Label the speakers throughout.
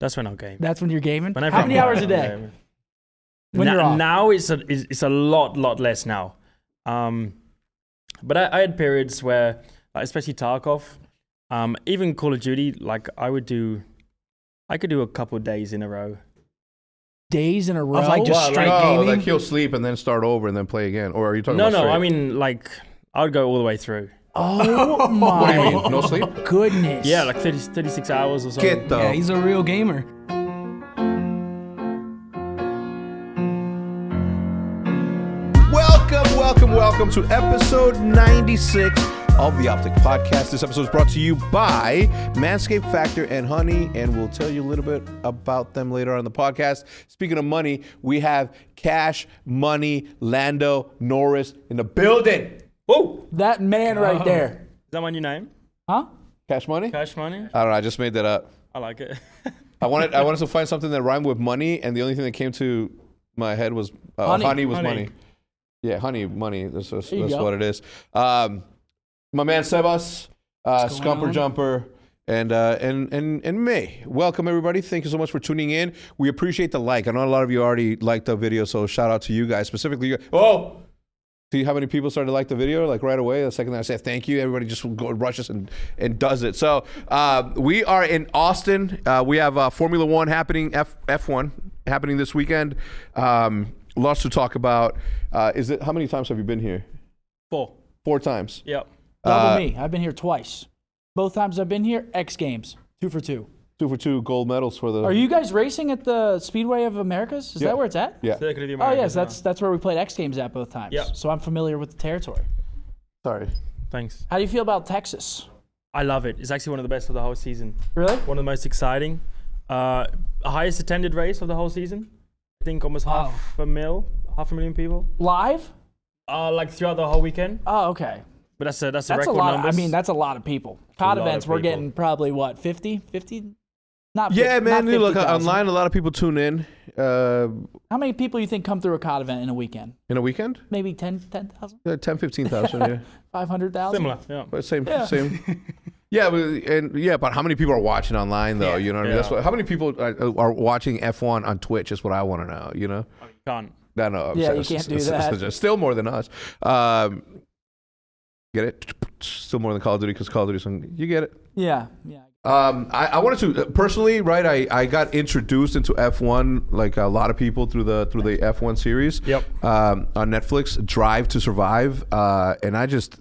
Speaker 1: That's when I'll game.
Speaker 2: That's when you're gaming.
Speaker 1: When I
Speaker 2: How
Speaker 1: found
Speaker 2: many
Speaker 1: out,
Speaker 2: hours a
Speaker 1: I'm
Speaker 2: day?
Speaker 1: gaming.
Speaker 2: When
Speaker 1: Na-
Speaker 2: you're off.
Speaker 1: Now it's a, it's it's a lot, lot less now. Um, but I, I had periods where, like, especially Tarkov, um, even Call of Duty, like I would do, I could do a couple days in a row.
Speaker 2: Days in a row.
Speaker 3: Of like just
Speaker 4: Wow,
Speaker 3: straight
Speaker 4: like, oh,
Speaker 3: gaming.
Speaker 4: like he'll sleep and then start over and then play again. Or are you talking
Speaker 1: No, no,
Speaker 4: about
Speaker 1: I mean like I would go all the way through.
Speaker 2: oh my
Speaker 4: straight? What do you mean? No sleep?
Speaker 2: goodness.
Speaker 1: Yeah, like 30, 36 hours or something.
Speaker 4: Get the
Speaker 3: Yeah, he's a real gamer.
Speaker 4: Welcome, welcome, welcome to episode 96 of the Optic Podcast. This episode is brought to you by Manscaped Factor and Honey, and we'll tell you a little bit about them later on in the podcast. Speaking of money, we have Cash Money Lando Norris in the building.
Speaker 1: Whoa, is
Speaker 2: that man
Speaker 3: Oh.
Speaker 2: right there.
Speaker 1: that my new name?
Speaker 2: Huh?
Speaker 4: Cash Money?
Speaker 1: Cash money.
Speaker 4: I don't know, I just made that up.
Speaker 1: I like it.
Speaker 4: I wanted I wanted to find something that rhymed with money, and the only thing that came to my head was uh,
Speaker 2: Honey.
Speaker 4: honey. was
Speaker 1: Honey.
Speaker 4: money. Yeah, honey, money. That's, that's,
Speaker 2: you
Speaker 4: that's
Speaker 2: go.
Speaker 4: what it is. Um, my man Sebas, uh,
Speaker 3: What's going
Speaker 4: Scumper
Speaker 3: on?
Speaker 4: Jumper, and uh, and and and me. Welcome everybody. Thank you so much for tuning in. We appreciate the like. I know a lot of you already liked the video, so shout out to you guys specifically. You guys. Oh. See how many people started to like the video like right away. The second that I said thank you, everybody just go, rushes and, and does it. So uh, we are in Austin. Uh, we have uh, Formula One happening, F F1 happening this weekend. Um, lots to talk about. Uh, is it how many times have you been here?
Speaker 1: Four.
Speaker 4: Four times.
Speaker 1: Yep.
Speaker 2: Double
Speaker 4: Uh,
Speaker 2: me. I've been here twice. Both times I've been here, X Games. Two for two.
Speaker 4: Two for two gold medals for the.
Speaker 2: Are you guys racing at the Speedway of Americas? Is
Speaker 4: Yeah.
Speaker 2: that where it's at?
Speaker 4: Yeah.
Speaker 1: Circuit of the
Speaker 2: Oh
Speaker 1: Americas.
Speaker 2: yes, that's that's where we played X Games at both times.
Speaker 1: Yeah.
Speaker 2: So I'm familiar with the territory.
Speaker 4: Sorry.
Speaker 1: now. Thanks.
Speaker 2: How do you feel about Texas?
Speaker 1: I love it. It's actually one of the best of the whole season.
Speaker 2: Really?
Speaker 1: One of the most exciting. Uh, highest attended race of the whole season. I think almost
Speaker 2: Wow.
Speaker 1: half a mil, half a million people.
Speaker 2: Live?
Speaker 1: Uh, like throughout the whole weekend.
Speaker 2: Oh, okay.
Speaker 1: But that's a that's a
Speaker 2: That's a
Speaker 1: record
Speaker 2: lot.
Speaker 1: numbers.
Speaker 2: I mean, that's a lot of people.
Speaker 1: lot
Speaker 2: COD
Speaker 1: of
Speaker 2: events, we're
Speaker 1: people.
Speaker 2: getting probably what 50, 50. Not fif-
Speaker 4: Yeah, man.
Speaker 2: Not
Speaker 4: you look uh,
Speaker 2: 50,000.
Speaker 4: online. A lot of people tune in uh,
Speaker 2: How many people you think come through a COD event in a weekend?
Speaker 4: in a weekend.
Speaker 2: Maybe 10, 10,000,
Speaker 4: Uh, 10, 15,000, Yeah.
Speaker 2: 500,000?
Speaker 1: similar. Yeah.
Speaker 4: But same,
Speaker 2: Yeah.
Speaker 4: same. Yeah, but, and yeah, but how many people are watching online though?
Speaker 2: Yeah.
Speaker 4: You know what I mean?
Speaker 1: Yeah.
Speaker 4: That's what, how many people are, are watching F1 on Twitch is what I want to know. You know?
Speaker 1: Can't.
Speaker 4: No, no. I'm
Speaker 2: Yeah,
Speaker 4: sorry.
Speaker 2: you can't do
Speaker 4: It's- it's- it's-
Speaker 2: that.
Speaker 4: it's Still more than us. Um, get it? Still more than Call of Duty because Call of Duty's on. You get it?
Speaker 2: Yeah, yeah.
Speaker 4: Um, I, I wanted to personally, right? I, I got introduced into F1 like a lot of people through the through the F1 series.
Speaker 1: Yep.
Speaker 4: Um, on Netflix, Drive to Survive, uh, and I just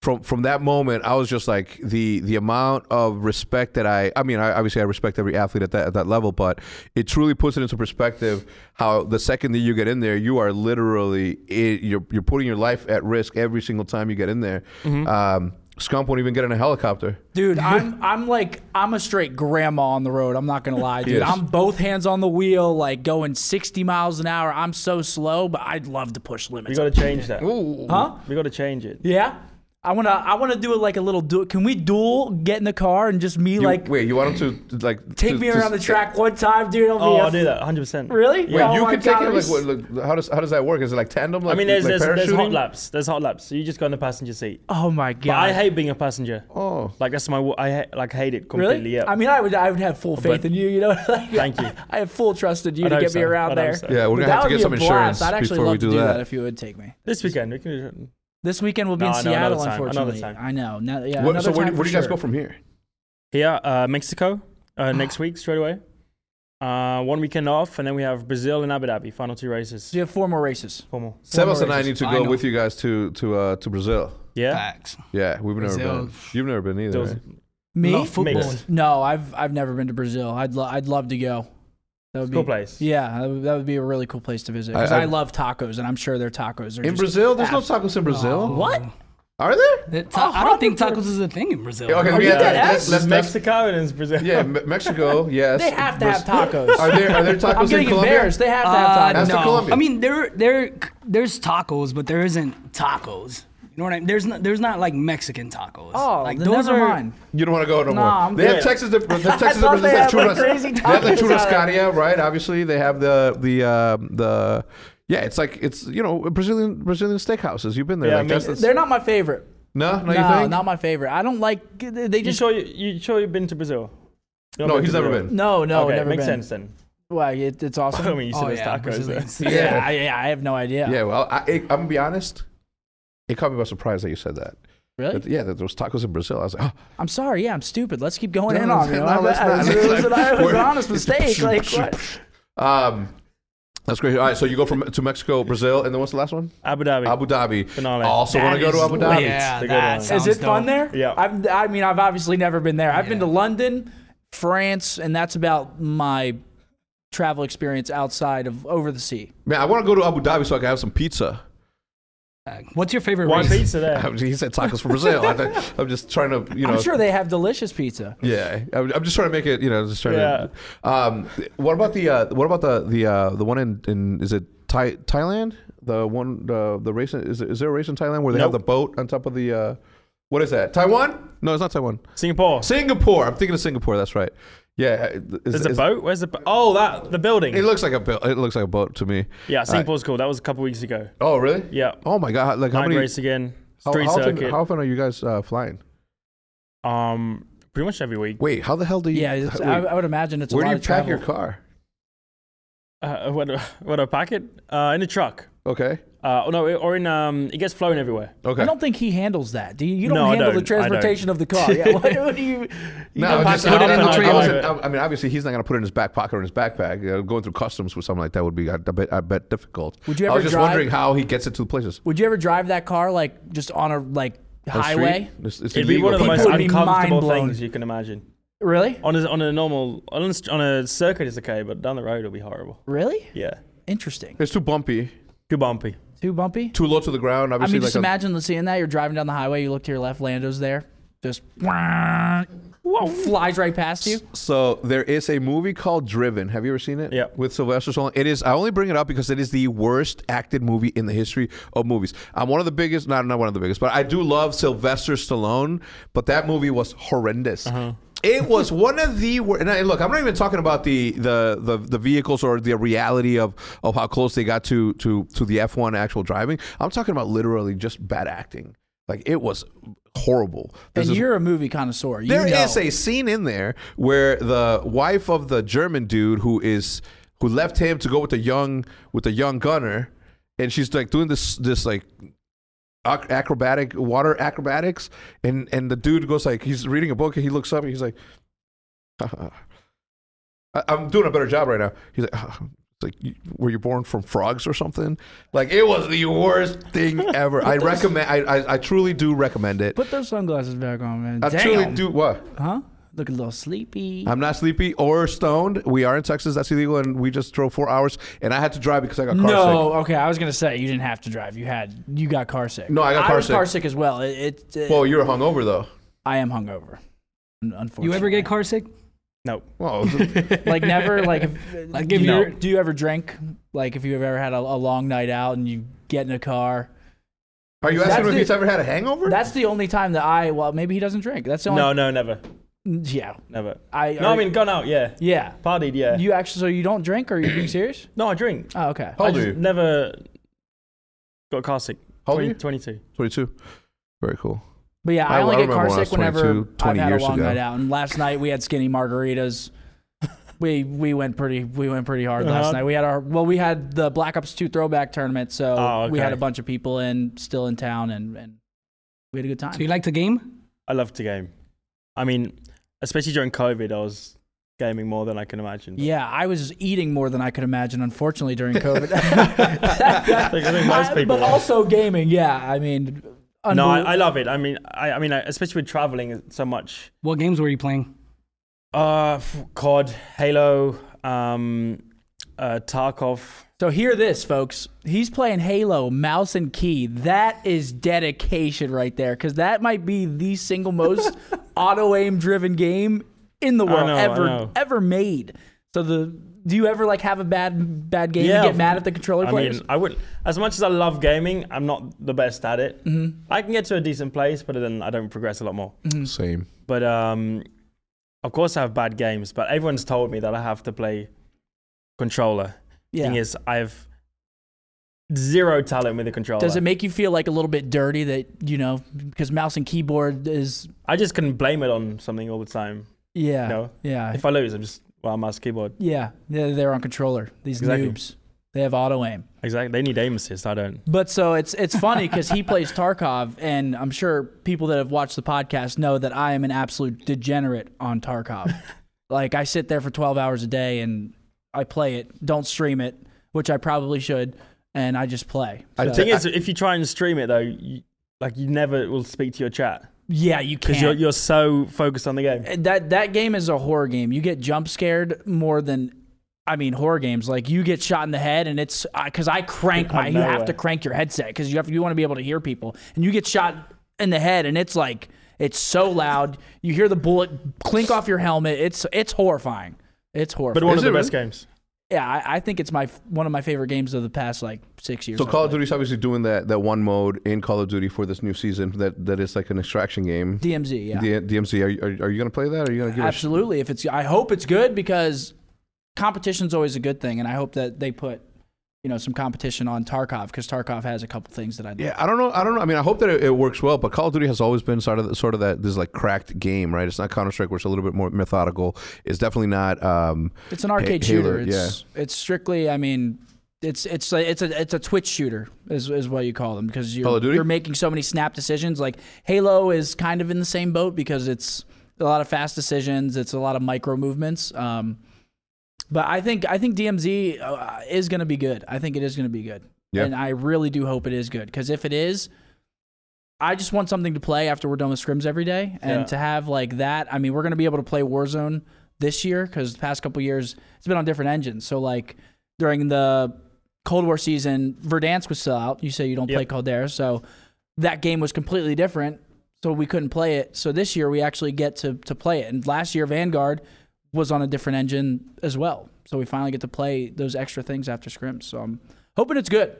Speaker 4: from from that moment, I was just like the the amount of respect that I. I mean, I, obviously, I respect every athlete at that at that level, but it truly puts it into perspective how the second that you get in there, you are literally it, you're you're putting your life at risk every single time you get in there. Um, Scump won't even get in a helicopter.
Speaker 2: Dude, I'm I'm like I'm a straight grandma on the road. I'm not gonna lie, dude.
Speaker 4: Yes.
Speaker 2: I'm both hands on the wheel, like going 60 miles an hour. I'm so slow, but I'd love to push
Speaker 1: We
Speaker 2: limits.
Speaker 1: got to change that.
Speaker 2: huh?
Speaker 1: We got to change it.
Speaker 2: Yeah. I wanna I wanna do it like a little duel. Can we duel? Get in the car and just me
Speaker 4: You-
Speaker 2: like
Speaker 4: wait, you want him to like
Speaker 2: take
Speaker 4: to-
Speaker 2: me
Speaker 4: to-
Speaker 2: around the track one time, dude. I'll be
Speaker 1: Oh,
Speaker 2: a-
Speaker 1: I'll do that. 100%.
Speaker 2: Really?
Speaker 4: Wait,
Speaker 2: Oh
Speaker 4: you
Speaker 2: my
Speaker 4: can take
Speaker 2: God,
Speaker 4: it.
Speaker 2: I
Speaker 4: Like,
Speaker 2: just-
Speaker 4: what, like, how does how does that work? Is it like tandem? Like,
Speaker 1: I mean, there's,
Speaker 4: like
Speaker 1: there's, there's hot
Speaker 4: parachuting?
Speaker 1: laps. There's hot laps. So you just go in the passenger seat.
Speaker 2: Oh my
Speaker 1: But I
Speaker 2: god.
Speaker 1: hate being a passenger.
Speaker 4: Oh,
Speaker 1: Like that's my wo- I ha- like hate it completely.
Speaker 2: really?
Speaker 1: Yeah.
Speaker 2: I mean, I would I would have full faith
Speaker 1: But-
Speaker 2: in you. You know. Like,
Speaker 1: Thank you.
Speaker 2: I have full trust in you
Speaker 1: I'd
Speaker 2: to
Speaker 1: hope
Speaker 2: get me
Speaker 1: so.
Speaker 2: around
Speaker 1: I'd
Speaker 2: there.
Speaker 1: hope so.
Speaker 4: yeah, we're
Speaker 2: But
Speaker 4: gonna
Speaker 2: that
Speaker 4: have to
Speaker 2: would
Speaker 4: get
Speaker 2: be
Speaker 4: some
Speaker 2: a blast.
Speaker 4: insurance
Speaker 2: I'd actually
Speaker 4: before
Speaker 2: love
Speaker 4: we
Speaker 2: to
Speaker 4: do that.
Speaker 2: if you would take me.
Speaker 1: This weekend we can.
Speaker 2: This weekend we'll be
Speaker 1: No,
Speaker 2: in
Speaker 1: I know, another
Speaker 2: Seattle,
Speaker 1: time, another
Speaker 2: unfortunately.
Speaker 1: time.
Speaker 2: I know. No, yeah,
Speaker 4: What-
Speaker 2: another
Speaker 4: so where,
Speaker 2: time
Speaker 4: do-
Speaker 2: for
Speaker 4: where do you guys
Speaker 2: sure.
Speaker 4: go from here?
Speaker 1: Here, uh, Mexico, uh, next week straight away. Uh, one weekend off, and then we have Brazil and Abu Dhabi. Final two races.
Speaker 2: So you have four more races.
Speaker 1: Formal.
Speaker 4: Sebas
Speaker 2: more
Speaker 4: and I
Speaker 2: races.
Speaker 4: need to
Speaker 3: I
Speaker 4: go
Speaker 3: know.
Speaker 4: with you guys to to uh, to Brazil.
Speaker 1: Yeah.
Speaker 3: Facts.
Speaker 4: Yeah, we've never
Speaker 3: Brazil.
Speaker 4: been. You've never been either.
Speaker 1: Those-
Speaker 4: Right?
Speaker 2: Me?
Speaker 3: Not football.
Speaker 1: Mixed.
Speaker 2: no, I've I've never been to Brazil. I'd lo- I'd love to go. That would
Speaker 1: Cool
Speaker 2: be
Speaker 1: place.
Speaker 2: yeah. That would, that would be a really cool place to visit because
Speaker 4: I-
Speaker 2: I,
Speaker 4: I-
Speaker 2: love tacos, and I'm sure their tacos are
Speaker 4: In
Speaker 2: just
Speaker 4: Brazil, there's no tacos in Brazil.
Speaker 2: What?
Speaker 4: are there?
Speaker 3: That ta- I don't think tacos is a thing in Brazil.
Speaker 4: Okay,
Speaker 2: you
Speaker 4: yeah,
Speaker 2: dead
Speaker 4: let's,
Speaker 2: ass?
Speaker 4: let's, let's,
Speaker 1: Mexico and it's Brazil.
Speaker 4: yeah, Me- Mexico. Yes,
Speaker 2: They have to have
Speaker 4: Brazil-
Speaker 2: tacos.
Speaker 4: Are there are there tacos
Speaker 2: I'm
Speaker 4: in
Speaker 2: getting
Speaker 4: Colombia?
Speaker 2: embarrassed. They have to
Speaker 3: Uh,
Speaker 2: have tacos.
Speaker 4: That's the
Speaker 3: no.
Speaker 4: Colombia.
Speaker 3: I mean, there, there, there's tacos, but there isn't tacos. You know what I mean? There's not, there's not like Mexican tacos.
Speaker 2: Oh,
Speaker 3: like
Speaker 2: then never mind.
Speaker 4: You don't want to go no
Speaker 2: No,
Speaker 4: more.
Speaker 2: I'm
Speaker 4: they have
Speaker 2: good.
Speaker 4: Texas. The, the Texas
Speaker 2: thought
Speaker 4: and Brazil
Speaker 2: they
Speaker 4: have
Speaker 2: had,
Speaker 4: churras.
Speaker 2: like, crazy
Speaker 4: they have like
Speaker 2: tacos out
Speaker 4: churrascaria, right? Obviously, they have the the um, the yeah. It's like it's you know Brazilian Brazilian steakhouses. You've been there.
Speaker 1: Yeah,
Speaker 4: like,
Speaker 1: I
Speaker 4: that's,
Speaker 1: mean,
Speaker 4: that's,
Speaker 2: They're not my favorite.
Speaker 4: no, no, you
Speaker 2: No,
Speaker 4: think?
Speaker 2: not my favorite. I don't like. They
Speaker 1: You
Speaker 2: just
Speaker 1: sure you, you sure you've been to Brazil? You're not
Speaker 4: No,
Speaker 1: been
Speaker 4: he's
Speaker 1: to
Speaker 4: never
Speaker 1: Peru.
Speaker 4: been.
Speaker 2: No, no,
Speaker 1: okay,
Speaker 2: never
Speaker 1: makes
Speaker 2: been.
Speaker 1: sense then.
Speaker 2: Why? It, it's
Speaker 1: I
Speaker 2: awesome.
Speaker 1: mean, you
Speaker 3: Oh,
Speaker 1: said
Speaker 3: yeah,
Speaker 1: it's tacos. uh,
Speaker 3: Brazilians.
Speaker 2: yeah, I, yeah, I have no idea.
Speaker 4: Yeah, well, I, I, I'm gonna be honest. It caught me by surprise that you said that.
Speaker 2: Really?
Speaker 4: That- yeah, that there was tacos in Brazil. I was like, oh,
Speaker 2: I'm sorry. Yeah, I'm stupid. Let's keep going
Speaker 4: No,
Speaker 2: in
Speaker 4: no,
Speaker 2: on it.
Speaker 4: no,
Speaker 2: you know? I-
Speaker 4: let's not.
Speaker 2: I- It was an it was an
Speaker 4: We're-
Speaker 2: honest mistake. Like, what?
Speaker 4: um, that's great. All right, so you go from to Mexico, Brazil, and then what's the last one?
Speaker 1: Abu Dhabi.
Speaker 4: Abu Dhabi.
Speaker 1: Finale.
Speaker 4: Also want to
Speaker 3: That
Speaker 4: go
Speaker 3: is
Speaker 4: to Abu Dhabi.
Speaker 3: lit. Yeah,
Speaker 1: It's a good
Speaker 3: that
Speaker 1: one.
Speaker 2: Is
Speaker 3: sounds
Speaker 2: it fun
Speaker 3: dope.
Speaker 2: there?
Speaker 1: Yeah.
Speaker 2: I've, I mean, I've obviously never been there. I've been to
Speaker 3: Yeah.
Speaker 2: London, France, and that's about my travel experience outside of over the sea.
Speaker 4: Man, I want to go to Abu Dhabi so I can have some pizza.
Speaker 3: What's your favorite
Speaker 1: One
Speaker 3: race?
Speaker 1: pizza there.
Speaker 4: He said tacos from Brazil. I think, I'm just trying to, you know.
Speaker 2: I'm sure they have delicious pizza.
Speaker 4: Yeah, I'm, I'm just trying to make it. You know, just trying to. Um, what about the uh, what about the the uh, the one in, in is it Thai, Thailand? The one the the race in- is is there a race in Thailand where they have
Speaker 1: Nope.
Speaker 4: the boat on top of the uh, what is that? Taiwan? No, it's not Taiwan.
Speaker 1: Singapore.
Speaker 4: Singapore. I'm thinking of Singapore. That's right. Yeah, uh, is,
Speaker 1: There's a
Speaker 4: is-
Speaker 1: boat. Where's the bo- Oh, that the building.
Speaker 4: It looks like a boat. It looks like a boat to me.
Speaker 1: yeah, Singapore's cool. That was a couple weeks ago.
Speaker 4: Oh really?
Speaker 1: Yeah.
Speaker 4: Oh my god! Like how
Speaker 1: Night
Speaker 4: many?
Speaker 1: race again.
Speaker 4: how,
Speaker 1: Street
Speaker 4: how often,
Speaker 1: circuit.
Speaker 4: how often are you guys uh, flying?
Speaker 1: um, pretty much every week.
Speaker 4: Wait, how the hell do you?
Speaker 2: Yeah, it's,
Speaker 4: wait,
Speaker 2: I, I would imagine it's a
Speaker 4: where
Speaker 2: lot
Speaker 4: do you
Speaker 2: of
Speaker 4: track
Speaker 2: travel.
Speaker 4: your car?
Speaker 1: Uh, what? a- What a packet. Uh, in a truck.
Speaker 4: Okay.
Speaker 1: Uh, oh, no, or in um, it gets flown everywhere.
Speaker 4: Okay.
Speaker 2: I don't think he handles that. Do you? You don't
Speaker 1: No, I
Speaker 2: handle
Speaker 1: don't. I
Speaker 2: the
Speaker 1: don't.
Speaker 2: transportation of the car. Yeah, what, what do you? you
Speaker 4: No,
Speaker 2: know,
Speaker 4: just,
Speaker 1: pocket
Speaker 4: I,
Speaker 1: it in
Speaker 4: I-
Speaker 1: the
Speaker 4: I
Speaker 1: tree.
Speaker 4: wasn't- I- I mean, obviously, he's not going to put it in his back pocket or in his backpack. You know, going through customs with something like that would be, I bet, I bet difficult.
Speaker 2: Would you
Speaker 4: I
Speaker 2: ever
Speaker 4: was just
Speaker 2: drive-
Speaker 4: wondering how he gets it to the places.
Speaker 2: would you ever drive that car like just on a like
Speaker 4: On the street?
Speaker 2: highway?
Speaker 4: It's, it's
Speaker 1: It'd be
Speaker 4: illegal.
Speaker 1: one of the most
Speaker 2: People would be
Speaker 1: uncomfortable
Speaker 2: mind-blown.
Speaker 1: things you can imagine.
Speaker 4: Oh.
Speaker 2: Really?
Speaker 1: On a on a normal on a, on a circuit is okay, but down the road it'll be horrible.
Speaker 2: Really?
Speaker 1: Yeah,
Speaker 2: Interesting.
Speaker 4: It's too bumpy,
Speaker 1: too bumpy.
Speaker 2: Too bumpy.
Speaker 4: too low to the ground.
Speaker 2: I
Speaker 4: Obviously,
Speaker 2: mean, just
Speaker 4: like a-
Speaker 2: imagine seeing that. You're driving down the highway. You look to your left. Lando's there. Just flies right past you.
Speaker 4: so there is a movie called Driven. Have you ever seen it?
Speaker 1: Yeah.
Speaker 4: With Sylvester Stallone. It is. I only bring it up because it is the worst acted movie in the history of movies. I'm one of the biggest. Not not one of the biggest, but I do love Sylvester Stallone. But that movie was horrendous. It was one of the worst. And I, look, I'm not even talking about the, the the the vehicles or the reality of of how close they got to to to the F1 actual driving. I'm talking about literally just bad acting. Like it was horrible. This
Speaker 2: and
Speaker 4: is-
Speaker 2: you're a movie connoisseur. You
Speaker 4: there is
Speaker 2: know.
Speaker 4: a scene in there where the wife of the German dude who is who left him to go with the young with the young gunner, and she's like doing this this like ac- acrobatic water acrobatics, and and the dude goes like he's reading a book and he looks up and he's like, "Uh, I, I'm doing a better job right now. He's like. It's Like, you- were you born from frogs or something? Like, it was the worst thing ever. I recommend. I, I, I truly do recommend it.
Speaker 2: Put those sunglasses back on, man.
Speaker 4: I
Speaker 2: Damn.
Speaker 4: truly do. What?
Speaker 2: Huh? Looking a little sleepy.
Speaker 4: I'm not sleepy or stoned. We are in Texas. That's illegal, and we just drove four hours. And I had to drive because I got car
Speaker 2: no, okay. I was gonna say you didn't have to drive. You had you got car sick.
Speaker 4: No, I got car
Speaker 2: was
Speaker 4: sick.
Speaker 2: car sick as well. It. it,
Speaker 4: sick. Well, you were hungover though.
Speaker 2: I am hungover. un- Unfortunately,
Speaker 3: You ever get car sick?
Speaker 1: No,
Speaker 4: Well,
Speaker 2: like never like if,
Speaker 3: Like,
Speaker 2: do,
Speaker 3: if
Speaker 2: you,
Speaker 3: you're-
Speaker 2: do you ever drink like if you've ever had a, a long night out and you get in a car
Speaker 4: are you
Speaker 2: That's
Speaker 4: asking him if
Speaker 2: the-
Speaker 4: he's ever had a hangover?
Speaker 2: that's the only time that i well maybe he doesn't drink that's the only
Speaker 1: no, no, never,
Speaker 2: yeah
Speaker 1: never.
Speaker 2: i
Speaker 1: No, I mean gone out, yeah,
Speaker 2: yeah
Speaker 1: partied, yeah.
Speaker 2: you actually so you don't drink or are you being serious
Speaker 1: no, I drink.
Speaker 2: oh okay
Speaker 4: How
Speaker 1: I
Speaker 4: old are
Speaker 1: just
Speaker 4: you?
Speaker 1: never got car sick.
Speaker 4: How old are
Speaker 1: 20
Speaker 4: you?
Speaker 1: 22.
Speaker 4: Twenty-two. Very cool.
Speaker 2: but yeah i,
Speaker 4: I- I
Speaker 2: only get
Speaker 4: remember
Speaker 2: car
Speaker 4: when I was
Speaker 2: sick whenever
Speaker 4: 22,
Speaker 2: i've
Speaker 4: 20
Speaker 2: had a
Speaker 4: years
Speaker 2: long
Speaker 4: ago.
Speaker 2: night out and last night we had skinny margaritas we we went pretty we went pretty hard last
Speaker 1: Uh-huh.
Speaker 2: night we had our well we had the black ops 2 throwback tournament so
Speaker 1: Oh,
Speaker 2: we
Speaker 1: okay.
Speaker 2: had a bunch of people in still in town and and we had a good time
Speaker 3: So you like the game?
Speaker 1: I loved to game. I mean, especially during COVID, I was gaming more than I can imagine.
Speaker 2: Yeah, I was eating more than I could imagine, unfortunately, during COVID.
Speaker 1: I think most people
Speaker 2: but
Speaker 1: are.
Speaker 2: also gaming, yeah. I mean,
Speaker 1: No,
Speaker 2: unbelievable.
Speaker 1: I, I love it. I mean, I, I mean, I, especially with traveling so much.
Speaker 3: What games were you playing?
Speaker 1: Uh, f- COD, Halo, um, uh, Tarkov.
Speaker 2: so hear this, folks. He's playing Halo, mouse and key. That is dedication right there, because that might be the single most auto aim driven game in the world
Speaker 1: know, I
Speaker 2: ever
Speaker 1: know.
Speaker 2: ever made. So the do you ever like have a bad bad game
Speaker 1: Yeah,
Speaker 2: and get mad at the controller
Speaker 1: I
Speaker 2: players?
Speaker 1: mean, I would as much as I love gaming, I'm not the best at it.
Speaker 2: Mm-hmm,
Speaker 1: I can get to a decent place, but then I don't progress a lot more.
Speaker 4: Same.
Speaker 1: But um, of course, I have bad games. But everyone's told me that I have to play controller. Thing is, I have zero talent with the controller.
Speaker 2: Does it make you feel like a little bit dirty that you know because mouse and keyboard is
Speaker 1: I just can blame it on something all the time.
Speaker 2: Yeah.
Speaker 1: No.
Speaker 2: Yeah.
Speaker 1: If I lose, I'm just well, I'm mouse keyboard.
Speaker 2: yeah. They're, they're on controller. These
Speaker 1: Exactly.
Speaker 2: noobs. They have auto aim.
Speaker 1: Exactly. They need aim assist. I don't.
Speaker 2: But so it's it's funny because he plays Tarkov, and I'm sure people that have watched the podcast know that I am an absolute degenerate on Tarkov. like I sit there for 12 hours a day and I play it. Don't stream it, which I probably should, and I just play.
Speaker 4: I
Speaker 1: The
Speaker 4: think
Speaker 1: thing is, if you try and stream it though, you, like you never will speak to your chat
Speaker 2: Yeah, you
Speaker 1: because you're
Speaker 2: can't.
Speaker 1: you're so focused on the game.
Speaker 2: that that game is a horror game. You get jump scared more than. I mean, horror games like you get shot in the head, and it's because I crank my.
Speaker 1: I'm
Speaker 2: You have
Speaker 1: nowhere.
Speaker 2: to crank your headset because you have you want to be able to hear people, and you get shot in the head, and it's like it's so loud. You hear the bullet clink off your helmet. It's it's horrifying. It's
Speaker 1: But
Speaker 2: horrifying.
Speaker 1: one
Speaker 4: Is
Speaker 1: of the
Speaker 4: it
Speaker 1: best games.
Speaker 2: yeah, I, I think it's my one of my favorite games of the past like six years.
Speaker 4: So Call of
Speaker 2: something
Speaker 4: Duty is obviously doing that that one mode in Call of Duty for this new season that that is like an extraction game.
Speaker 2: like that. DMZ. Yeah,
Speaker 4: D- DMC, are, you- are, you- are you gonna play that? Or are you gonna give it?
Speaker 2: absolutely. If it's, I hope it's good because competition's always a good thing, and I hope that they put you know some competition on Tarkov because Tarkov has a couple things that I
Speaker 4: Yeah, I don't know. I don't know. I mean, I hope that it, it works well, but Call of Duty has always been sort of the, sort of that this like cracked game, right? It's not Counter Strike, where it's a little bit more methodical. It's definitely not. Um,
Speaker 2: It's an arcade shooter.
Speaker 4: Halo,
Speaker 2: It's it's strictly. I mean, it's it's a, it's a it's a twitch shooter is, is what you call them because
Speaker 4: Call
Speaker 2: you're
Speaker 4: of Duty?
Speaker 2: you're making so many snap decisions. Like Halo is kind of in the same boat because it's a lot of fast decisions. It's a lot of micro movements. Um, but I think I think DMZ uh, is going to be good. I think it is going to be good.
Speaker 4: Yeah.
Speaker 2: And I really do hope it is good because if it is, I just want something to play after we're done with scrims every day, and
Speaker 1: Yeah.
Speaker 2: to have like that. I mean, we're gonna be able to play Warzone this year because the past couple years it's been on different engines. So like during the Cold War season, Verdansk was still out. You say you don't play
Speaker 1: Yep.
Speaker 2: Caldera, so that game was completely different. So we couldn't play it. So this year we actually get to to play it. And last year Vanguard was on a different engine as well. So we finally get to play those extra things after scrims. So I'm hoping it's good.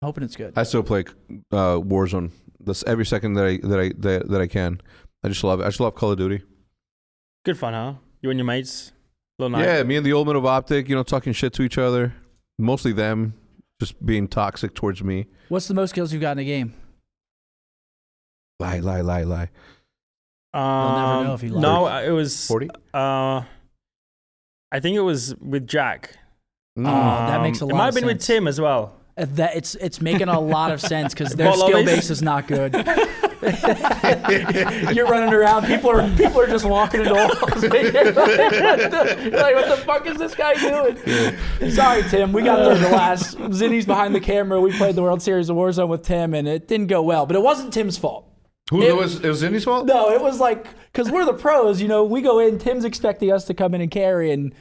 Speaker 2: Hoping it's good.
Speaker 4: I still play uh, Warzone. This every second that I that I that, that I can. I just love it. I just love Call of Duty.
Speaker 1: Good fun, huh? You and your mates. Little night.
Speaker 4: Yeah, me and the old man of optic, you know, talking shit to each other. Mostly them, just being toxic towards me.
Speaker 2: What's the most kills you've got in a game?
Speaker 4: Lie, lie, lie, lie.
Speaker 1: Um,
Speaker 2: never know if he
Speaker 1: no, uh, it was.
Speaker 4: Forty.
Speaker 1: Uh, I think it was with Jack.
Speaker 4: Mm.
Speaker 2: Uh, that makes a
Speaker 1: Um,
Speaker 2: lot
Speaker 1: It might
Speaker 2: of
Speaker 1: have been with
Speaker 2: sense.
Speaker 1: Tim as well.
Speaker 2: Uh, That it's it's making a lot of sense because their
Speaker 1: Ball
Speaker 2: skill
Speaker 1: lollies?
Speaker 2: base is not good. You're running around. People are people are just walking into walls. You're like, what the, you're like, what the fuck is this guy doing? Sorry, Tim. We got third to
Speaker 4: Uh.
Speaker 2: last. Zinny's behind the camera. We played the World Series of Warzone with Tim, and it didn't go well. But it wasn't Tim's fault.
Speaker 4: Who
Speaker 2: it-
Speaker 4: it was? It was Zinni's fault.
Speaker 2: No, it was like because we're the pros. You know, we go in. Tim's expecting us to come in and carry, and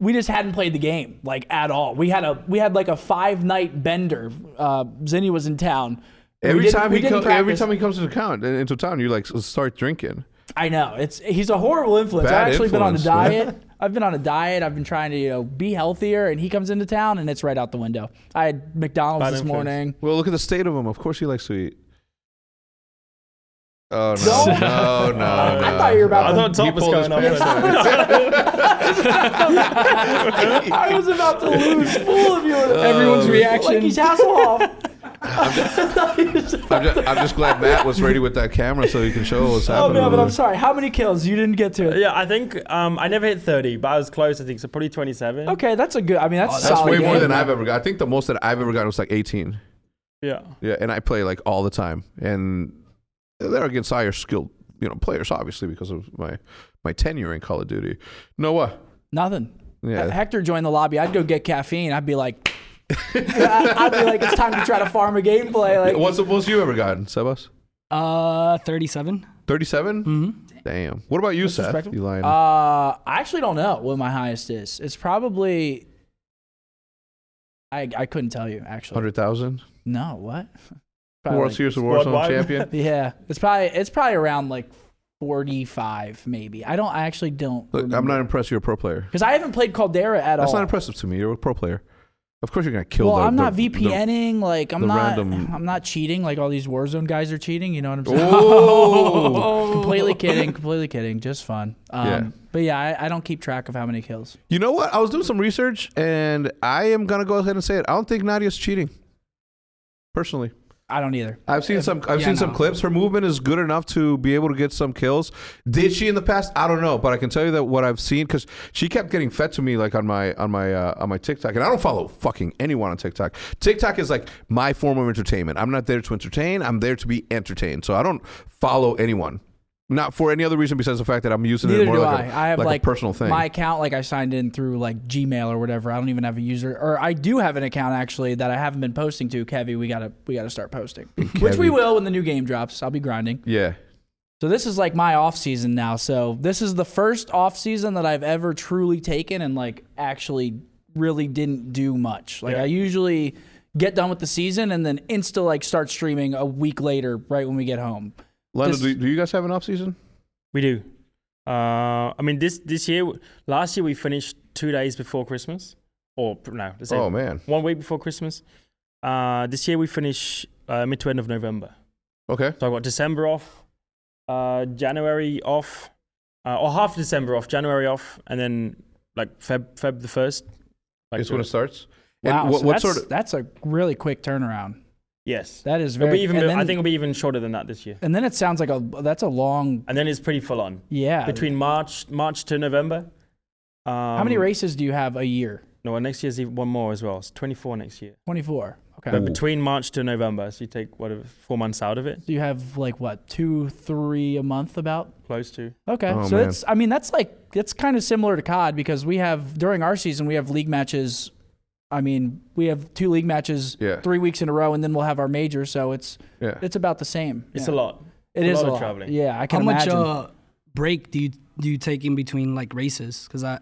Speaker 2: we just hadn't played the game like at all. We had a we had like a five night bender. Uh, Zinni was in town. We
Speaker 4: Every
Speaker 2: didn't-
Speaker 4: time
Speaker 2: we
Speaker 4: he
Speaker 2: didn't
Speaker 4: comes, every
Speaker 2: practice.
Speaker 4: time he comes into town, into town, you're like, "S- start drinking.
Speaker 2: I know it's he's a horrible influence.
Speaker 4: Bad
Speaker 2: I've actually been on a
Speaker 4: influence,
Speaker 2: diet. I've been on a diet. I've been trying to you know be healthier, and he comes into town, and it's right out the window. I had McDonald's
Speaker 1: Bad
Speaker 2: this
Speaker 1: influence.
Speaker 2: morning.
Speaker 4: Well, look at the state of him. Of course, he likes to eat. Oh
Speaker 2: No.
Speaker 4: no, no, no!
Speaker 2: I
Speaker 4: no.
Speaker 2: thought you were about
Speaker 1: I
Speaker 2: Um,
Speaker 1: thought
Speaker 4: he
Speaker 1: Top was
Speaker 4: pulled his
Speaker 1: going on.
Speaker 4: pants
Speaker 1: first.
Speaker 2: I was about to lose full of you.
Speaker 4: Oh,
Speaker 3: Everyone's reaction.
Speaker 2: Like he's Hasselhoff.
Speaker 4: I'm, just, I'm just glad Matt was ready with that camera so he can show what's
Speaker 2: Oh
Speaker 4: happening.
Speaker 2: man, but
Speaker 4: over
Speaker 2: I'm sorry. How many kills you didn't get to? It?
Speaker 1: yeah, I think um, I never hit 30, but I was close, I think. So probably 27.
Speaker 2: Okay, that's a good. I mean, that's,
Speaker 3: Oh,
Speaker 2: a
Speaker 4: there. That's
Speaker 2: solid
Speaker 4: way more
Speaker 2: game.
Speaker 4: than I've ever got. I think the most that I've ever gotten was like 18.
Speaker 1: Yeah.
Speaker 4: Yeah, and I play like all the time, and they're against higher skilled, you know, players obviously because of my my tenure in Call of Duty. Noah,
Speaker 2: Nothing.
Speaker 4: Yeah.
Speaker 2: H- Hector joined the lobby. I'd go get caffeine. I'd be like, I'd be like, it's time to try to farm a gameplay. Like,
Speaker 4: what's the most you ever gotten, Sebas?
Speaker 3: Uh, 37.
Speaker 4: 37? Mm-hmm. Damn. What about you, Seth?
Speaker 2: respectable.
Speaker 4: You lying?
Speaker 2: Uh, I actually don't know what my highest is. It's probably. I I couldn't tell you actually.
Speaker 4: 100,000?
Speaker 2: No, what? Probably
Speaker 4: World
Speaker 2: like-
Speaker 4: Series of Warzone
Speaker 1: Worldwide?
Speaker 4: champion?
Speaker 2: Yeah, it's probably it's probably around like forty five maybe. I don't. I actually don't.
Speaker 4: Look, I'm not impressed you're a pro player.
Speaker 2: because I haven't played Caldera at
Speaker 4: That's
Speaker 2: all.
Speaker 4: not impressive to me. You're a pro player. Of course you're going to kill
Speaker 2: well,
Speaker 4: the-
Speaker 2: I'm
Speaker 4: the-
Speaker 2: not
Speaker 4: the-
Speaker 2: VPNing. like I'm
Speaker 4: the
Speaker 2: not.
Speaker 4: random-
Speaker 2: I'm not cheating. Like all these Warzone guys are cheating. You know what I'm saying?
Speaker 4: Oh!
Speaker 2: completely kidding. Completely kidding. Just fun. Um,
Speaker 4: Yeah.
Speaker 2: But yeah, I, I don't keep track of how many kills.
Speaker 4: You know what? I was doing some research, and I am going to go ahead and say it. I don't think Nadia's cheating. Personally.
Speaker 2: I don't either.
Speaker 4: I've seen some. I've
Speaker 3: yeah,
Speaker 4: seen some
Speaker 3: no.
Speaker 4: clips. Her movement is good enough to be able to get some kills. Did she in the past? I don't know, but I can tell you that what I've seen because she kept getting fed to me like on my on my uh, on my TikTok, and I don't follow fucking anyone on TikTok. TikTok is like my form of entertainment. I'm not there to entertain. I'm there to be entertained. So I don't follow anyone, not for any other reason besides the fact that I'm using
Speaker 2: Neither
Speaker 4: it more
Speaker 2: do
Speaker 4: like,
Speaker 2: I.
Speaker 4: a-
Speaker 2: I have
Speaker 4: like
Speaker 2: like,
Speaker 4: a personal thing.
Speaker 2: My account, like I signed in through like Gmail or whatever. I don't even have a user, or I do have an account actually that I haven't been posting to. Kevy, we gotta we gotta start posting, which we
Speaker 4: Kevy.
Speaker 2: will when the new game drops. I'll be grinding.
Speaker 4: yeah.
Speaker 2: So this is like my off season now. So this is the first off season that I've ever truly taken and like actually really didn't do much. Like I usually get done with the season and then insta like start streaming a week later, right when we get home.
Speaker 4: Lando,
Speaker 2: This-
Speaker 4: do, do you guys have an off season?
Speaker 1: We do. Uh, I mean, this this year, last year we finished two days before Christmas, or pr- no, the same-
Speaker 4: Oh man.
Speaker 1: one week before Christmas. Uh, this year we finish uh, mid to end of November.
Speaker 4: Okay.
Speaker 1: So I got December off, uh, January off, uh, or half December off, January off, and then like Feb Feb the first. Like
Speaker 4: It's when it starts.
Speaker 2: Wow,
Speaker 4: and what,
Speaker 2: so
Speaker 4: what
Speaker 2: that's,
Speaker 4: sort of
Speaker 2: that's a really quick turnaround.
Speaker 1: yes,
Speaker 2: That is
Speaker 1: it'll
Speaker 2: very.
Speaker 1: be even.
Speaker 2: and
Speaker 1: I
Speaker 2: then-
Speaker 1: think it'll be even shorter than that this year.
Speaker 2: And then it sounds like a that's a long
Speaker 1: And then it's pretty full on
Speaker 2: yeah.
Speaker 1: between March March to November. Um,
Speaker 2: how many races do you have a year?
Speaker 1: No, well, next year's even one more as well. It's twenty four next year.
Speaker 2: Twenty four. Okay.
Speaker 1: But between March to November, so you take whatever four months out of it,
Speaker 2: So you have like what two, three a month about?
Speaker 1: close to.
Speaker 2: Okay.
Speaker 4: Oh,
Speaker 2: so
Speaker 4: man.
Speaker 2: that's I mean that's like that's kind of similar to COD because we have during our season we have league matches. I mean we have two league matches
Speaker 4: Yeah.
Speaker 2: three weeks in a row and then we'll have our major. So it's
Speaker 4: yeah.
Speaker 2: it's about the same.
Speaker 1: It's a
Speaker 2: yeah.
Speaker 1: lot.
Speaker 2: It is
Speaker 1: lot
Speaker 2: a
Speaker 1: of
Speaker 2: lot.
Speaker 1: traveling.
Speaker 2: Yeah, I
Speaker 3: How
Speaker 2: can
Speaker 3: much
Speaker 2: imagine.
Speaker 3: uh, break do you do you take in between like races? Because I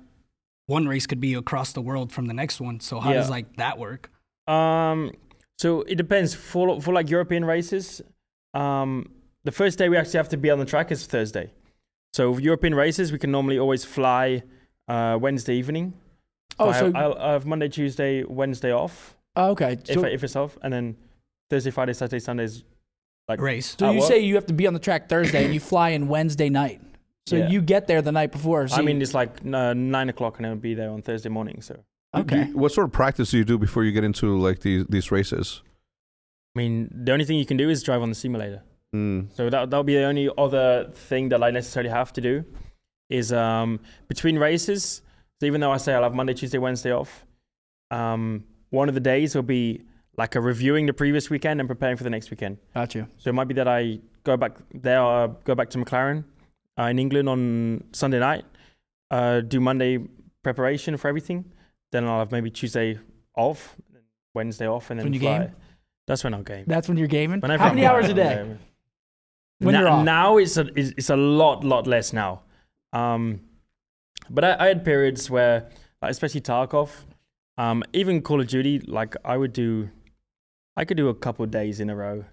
Speaker 3: one race could be across the world from the next one. So how
Speaker 1: Yeah.
Speaker 3: does like that work?
Speaker 1: Um, so it depends. For for like European races, um, the first day we actually have to be on the track is Thursday. So with European races, we can normally always fly uh, Wednesday evening.
Speaker 2: oh,
Speaker 1: I,
Speaker 2: so oh,
Speaker 1: I'll, I have Monday, Tuesday, Wednesday off
Speaker 2: okay. So,
Speaker 1: if, I- if it's off, and then Thursday, Friday, Saturday, Sundays. Like,
Speaker 3: Race.
Speaker 2: so
Speaker 1: at
Speaker 2: you
Speaker 1: work.
Speaker 2: say you have to be on the track Thursday and you fly in Wednesday night. So
Speaker 1: Yeah.
Speaker 2: you get there the night before. So
Speaker 1: I
Speaker 2: you-
Speaker 1: mean, it's like uh, nine o'clock, and I'll be there on Thursday morning. So
Speaker 4: Do you-
Speaker 2: okay.
Speaker 4: what sort of practice do you do before you get into like these these races?
Speaker 1: I mean, the only thing you can do is drive on the simulator.
Speaker 4: Mm.
Speaker 1: So that that'll be the only other thing that I necessarily have to do is um, between races. So even though I say I'll have Monday, Tuesday, Wednesday off, um, one of the days will be like a reviewing the previous weekend and preparing for the next weekend.
Speaker 2: Got you.
Speaker 1: So it might be that I go back there, or go back to McLaren uh, in England on Sunday night, uh, do Monday preparation for everything. Then I'll have maybe Tuesday off, Wednesday off, and then
Speaker 2: When you
Speaker 1: fly.
Speaker 2: game?
Speaker 1: That's when I'll game.
Speaker 2: That's when you're gaming.
Speaker 1: Whenever
Speaker 2: How
Speaker 1: I'm
Speaker 2: many
Speaker 1: off,
Speaker 2: hours a
Speaker 1: I'm
Speaker 2: day?
Speaker 1: gaming.
Speaker 2: When
Speaker 1: now,
Speaker 2: you're off.
Speaker 1: now it's a it's, it's a lot lot less now, um, but I, I had periods where, like, especially Tarkov, um, even Call of Duty, like I would do, I could do a couple days in a row.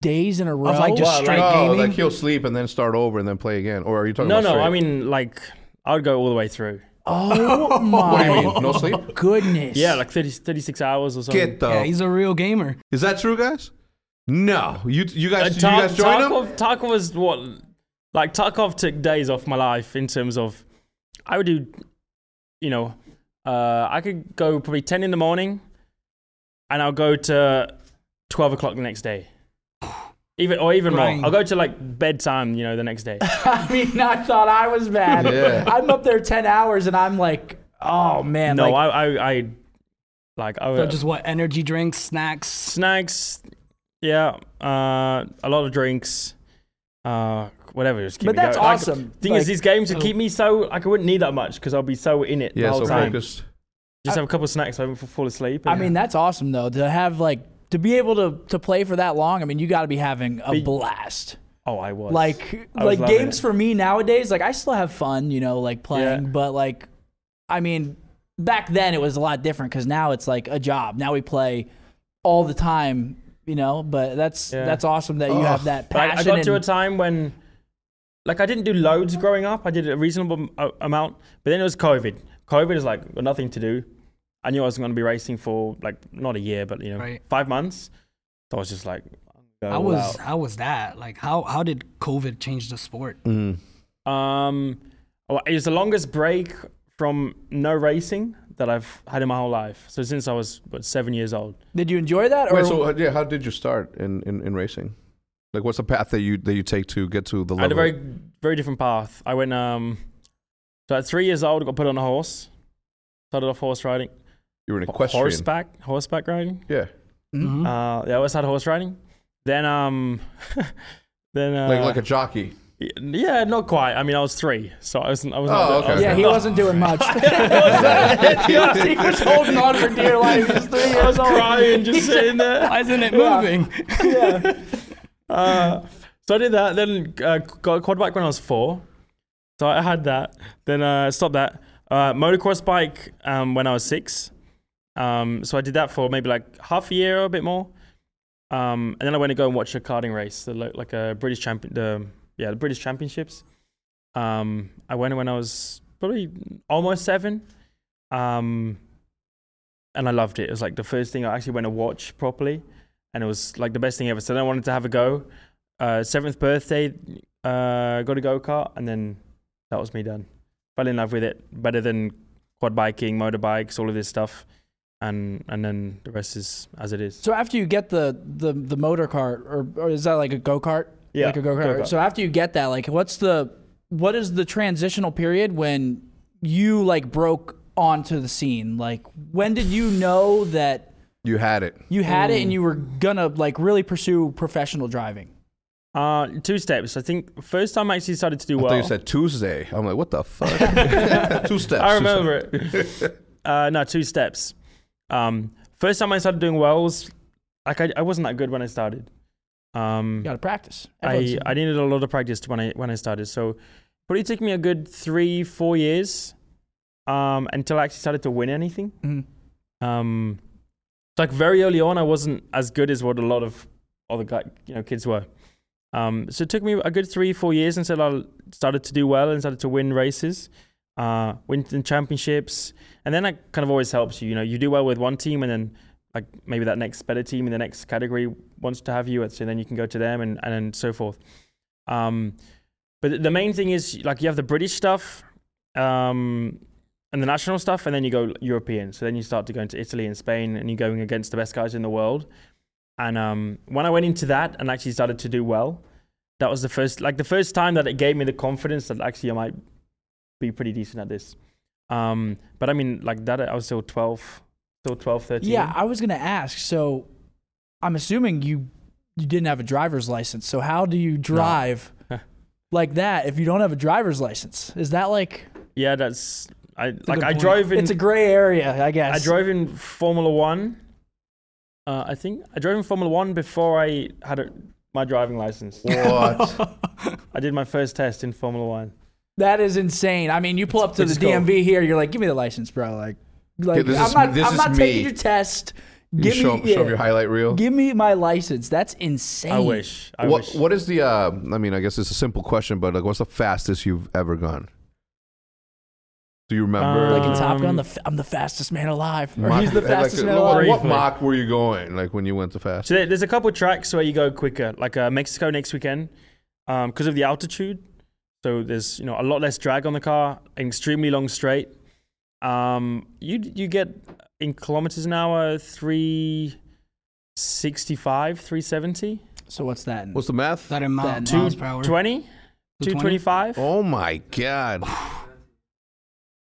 Speaker 2: Days in a row.
Speaker 3: Of, like, just- straight
Speaker 4: oh,
Speaker 3: gaming?
Speaker 4: like he'll sleep and then start over and then play again, or are you talking
Speaker 1: No, no,
Speaker 4: about? straight?
Speaker 1: I mean like I would go all the way through.
Speaker 2: oh
Speaker 4: What do you
Speaker 2: my
Speaker 4: mean? No sleep?
Speaker 2: goodness.
Speaker 1: Yeah, like 30, 36 hours or something.
Speaker 4: Get the.
Speaker 3: Yeah, he's a real gamer.
Speaker 4: is that true, guys? No, you you
Speaker 1: Uh,
Speaker 4: guys did you
Speaker 1: Tar-
Speaker 4: guys join him?
Speaker 1: Tarkov, Tarkov was what, like Tarkov took days off my life in terms of, I would do, you know, uh, I could go probably ten in the morning, and I'll go to twelve o'clock the next day, even or even
Speaker 3: Grind.
Speaker 1: more. I'll go to like bedtime, you know, the next day.
Speaker 2: I mean, I thought I was bad.
Speaker 4: Yeah.
Speaker 2: I'm up there ten hours and I'm like, oh man.
Speaker 1: no,
Speaker 2: like,
Speaker 1: I, I, I, like I
Speaker 3: So
Speaker 1: would,
Speaker 3: just what energy drinks, snacks.
Speaker 1: snacks, yeah, uh, a lot of drinks, uh, whatever. Just keep
Speaker 2: But
Speaker 1: me
Speaker 2: that's
Speaker 1: going. Like,
Speaker 2: awesome.
Speaker 1: thing
Speaker 2: Like- um,
Speaker 1: is, these games would keep me so like I wouldn't need that much because I'll be so in it
Speaker 4: Yeah,
Speaker 1: the whole
Speaker 4: so
Speaker 1: time.
Speaker 4: focused.
Speaker 1: Just have a couple snacks, so I don't f- fall asleep.
Speaker 2: I
Speaker 1: and-
Speaker 2: mean, that's awesome though to have like to be able to to play for that long. I mean, you got to be having a blast.
Speaker 1: oh, I was
Speaker 2: Like
Speaker 1: I was
Speaker 2: like
Speaker 1: loving
Speaker 2: games
Speaker 1: it.
Speaker 2: for me nowadays. Like I still have fun, you know, like playing.
Speaker 1: Yeah.
Speaker 2: But like, I mean, back then it was a lot different because now it's like a job. Now we play all the time. You know, but that's
Speaker 1: Yeah.
Speaker 2: that's awesome that you have that
Speaker 1: But I, I
Speaker 2: passion.
Speaker 1: got to a
Speaker 2: and-
Speaker 1: time when, like, I didn't do loads growing up. I did a reasonable am- a- amount, but then it was COVID. COVID is like got nothing to do. I knew I was going to be racing for like not a year, but you know,
Speaker 3: Right.
Speaker 1: five months. So I was just like, go
Speaker 3: How
Speaker 1: all
Speaker 3: was
Speaker 1: out.
Speaker 3: how was that? Like how how did COVID change the sport?
Speaker 4: Hmm.
Speaker 1: oh, Um, well, it was the longest break from no racing that I've had in my whole life. So since I was what, seven years old.
Speaker 2: Did you enjoy that? Or
Speaker 4: Wait, so uh, yeah, how did you start in, in, in racing? Like, what's the path that you that you take to get to the
Speaker 1: I had a
Speaker 4: level?
Speaker 1: very very different path. I went um so at three years old got put on a horse. Started off horse riding.
Speaker 4: you were an equestrian. Hmm.
Speaker 1: Horseback horseback riding.
Speaker 4: Yeah,
Speaker 2: Mhm.
Speaker 1: Uh, yeah, I always had horse riding. Then, um, then uh,
Speaker 4: like like a jockey.
Speaker 1: yeah, not quite. I mean, I was three, so I wasn't. I was
Speaker 4: Oh,
Speaker 1: not doing- I
Speaker 4: okay.
Speaker 1: was
Speaker 2: yeah,
Speaker 1: not-
Speaker 2: he wasn't doing much.
Speaker 4: He
Speaker 2: was holding on for dear life. He was three
Speaker 1: I was crying, just sitting there.
Speaker 3: Why isn't it moving?
Speaker 1: Uh, so I did that. Then uh, got a quarterback when I was four. So I had that. Then uh, stopped that. Uh, motocross bike um, when I was six. Um, so I did that for maybe like half a year or a bit more. Um, and then I went to go and watch a karting race, the, lo- like a British champion, the yeah, the British Championships. Um, I went when I was probably almost seven, um, and I loved it. It was like the first thing I actually went to watch properly and it was like the best thing ever. So then I wanted to have a go. Uh, seventh birthday, uh, got a go kart, and then that was me done. Fell in love with it better than quad biking, motorbikes, all of this stuff, and and then the rest is as it is.
Speaker 2: So after you get the the the motor cart, or, or is that like a go kart?
Speaker 1: Yeah,
Speaker 2: like a go
Speaker 1: go-kart.
Speaker 2: kart. So after you get that, like, what's the what is the transitional period when you like broke onto the scene? Like, when did you know that
Speaker 4: You had it.
Speaker 2: you had
Speaker 1: Hmm.
Speaker 2: it and you were gonna like really pursue professional driving?
Speaker 1: Uh, two steps. I think first time I actually started to do
Speaker 4: I
Speaker 1: well.
Speaker 4: thought you said Tuesday. I'm like, what the fuck? two steps.
Speaker 1: I
Speaker 4: two steps.
Speaker 1: remember it. uh, no, two steps. Um, first time I started doing well was like I, I wasn't that good when I started. Um,
Speaker 2: You gotta practice.
Speaker 1: I,
Speaker 2: Everyone's-
Speaker 1: I needed a lot of practice when I when I started. So probably took me a good three four years um, until I actually started to win anything.
Speaker 2: Mhm.
Speaker 1: Um, like very early on, I wasn't as good as what a lot of other guy, you know kids were. Um, so it took me a good three four years until I started to do well and started to win races, uh, win in championships, and then that kind of always helps you. You know, you do well with one team, and then like maybe that next better team in the next category wants to have you, so then you can go to them and and, and so forth. Um, but th- the main thing is like you have the British stuff, um, and the national stuff, and then you go European. So then you start to go into Italy and Spain, and you're going against the best guys in the world. And um, when I went into that and actually started to do well, that was the first like the first time that it gave me the confidence that actually I might be pretty decent at this. Um, but I mean, like that, I was still 12, still 12, 13.
Speaker 2: yeah, I was gonna ask. So, I'm assuming you you didn't have a driver's license. So how do you drive like that if you don't have a driver's license? Is that like
Speaker 1: Yeah, that's I like
Speaker 3: good
Speaker 1: I
Speaker 3: point.
Speaker 1: drove in
Speaker 2: it's a gray area? I
Speaker 1: I
Speaker 2: guess.
Speaker 1: drove in Formula One. Uh, I think I drove in Formula One before I had a, my driving license.
Speaker 4: What?
Speaker 1: I did my first test in Formula One.
Speaker 2: That is insane. I mean, you pull up to the
Speaker 1: let's go.
Speaker 2: DMV here, you're like, give me the license, bro. Like, like
Speaker 4: this
Speaker 2: I'm
Speaker 4: is-
Speaker 2: not,
Speaker 4: this
Speaker 2: I'm
Speaker 4: is
Speaker 2: not taking
Speaker 4: me.
Speaker 2: your test.
Speaker 4: you
Speaker 2: Give
Speaker 4: show,
Speaker 2: me, yeah.
Speaker 4: show 'em your highlight reel.
Speaker 2: Give me my license. That's insane.
Speaker 1: I wish. I
Speaker 4: what
Speaker 1: wish.
Speaker 4: What is the? Uh, I mean, I guess it's a simple question, but like, what's the fastest you've ever gone? Do you remember?
Speaker 2: Like in
Speaker 1: Uh,
Speaker 2: Top Gun,
Speaker 1: Um,
Speaker 2: the f- I'm the fastest man alive. Or
Speaker 4: Mock-
Speaker 2: he's the
Speaker 4: like,
Speaker 2: fastest man
Speaker 4: what-
Speaker 2: alive.
Speaker 4: What
Speaker 1: Briefly.
Speaker 4: mock were you going? Like when you went the fast?
Speaker 1: So there- there's a couple tracks where you go quicker, like uh, Mexico next weekend, because of the altitude. So there's you know a lot less drag on the car, an extremely long straight. Um, you you get in kilometers an hour three sixty five, three seventy,
Speaker 2: So what's that? in-
Speaker 4: What's the math?
Speaker 3: That in miles,
Speaker 2: Two-
Speaker 3: miles per hour.
Speaker 1: twenty. 225
Speaker 4: Oh my god!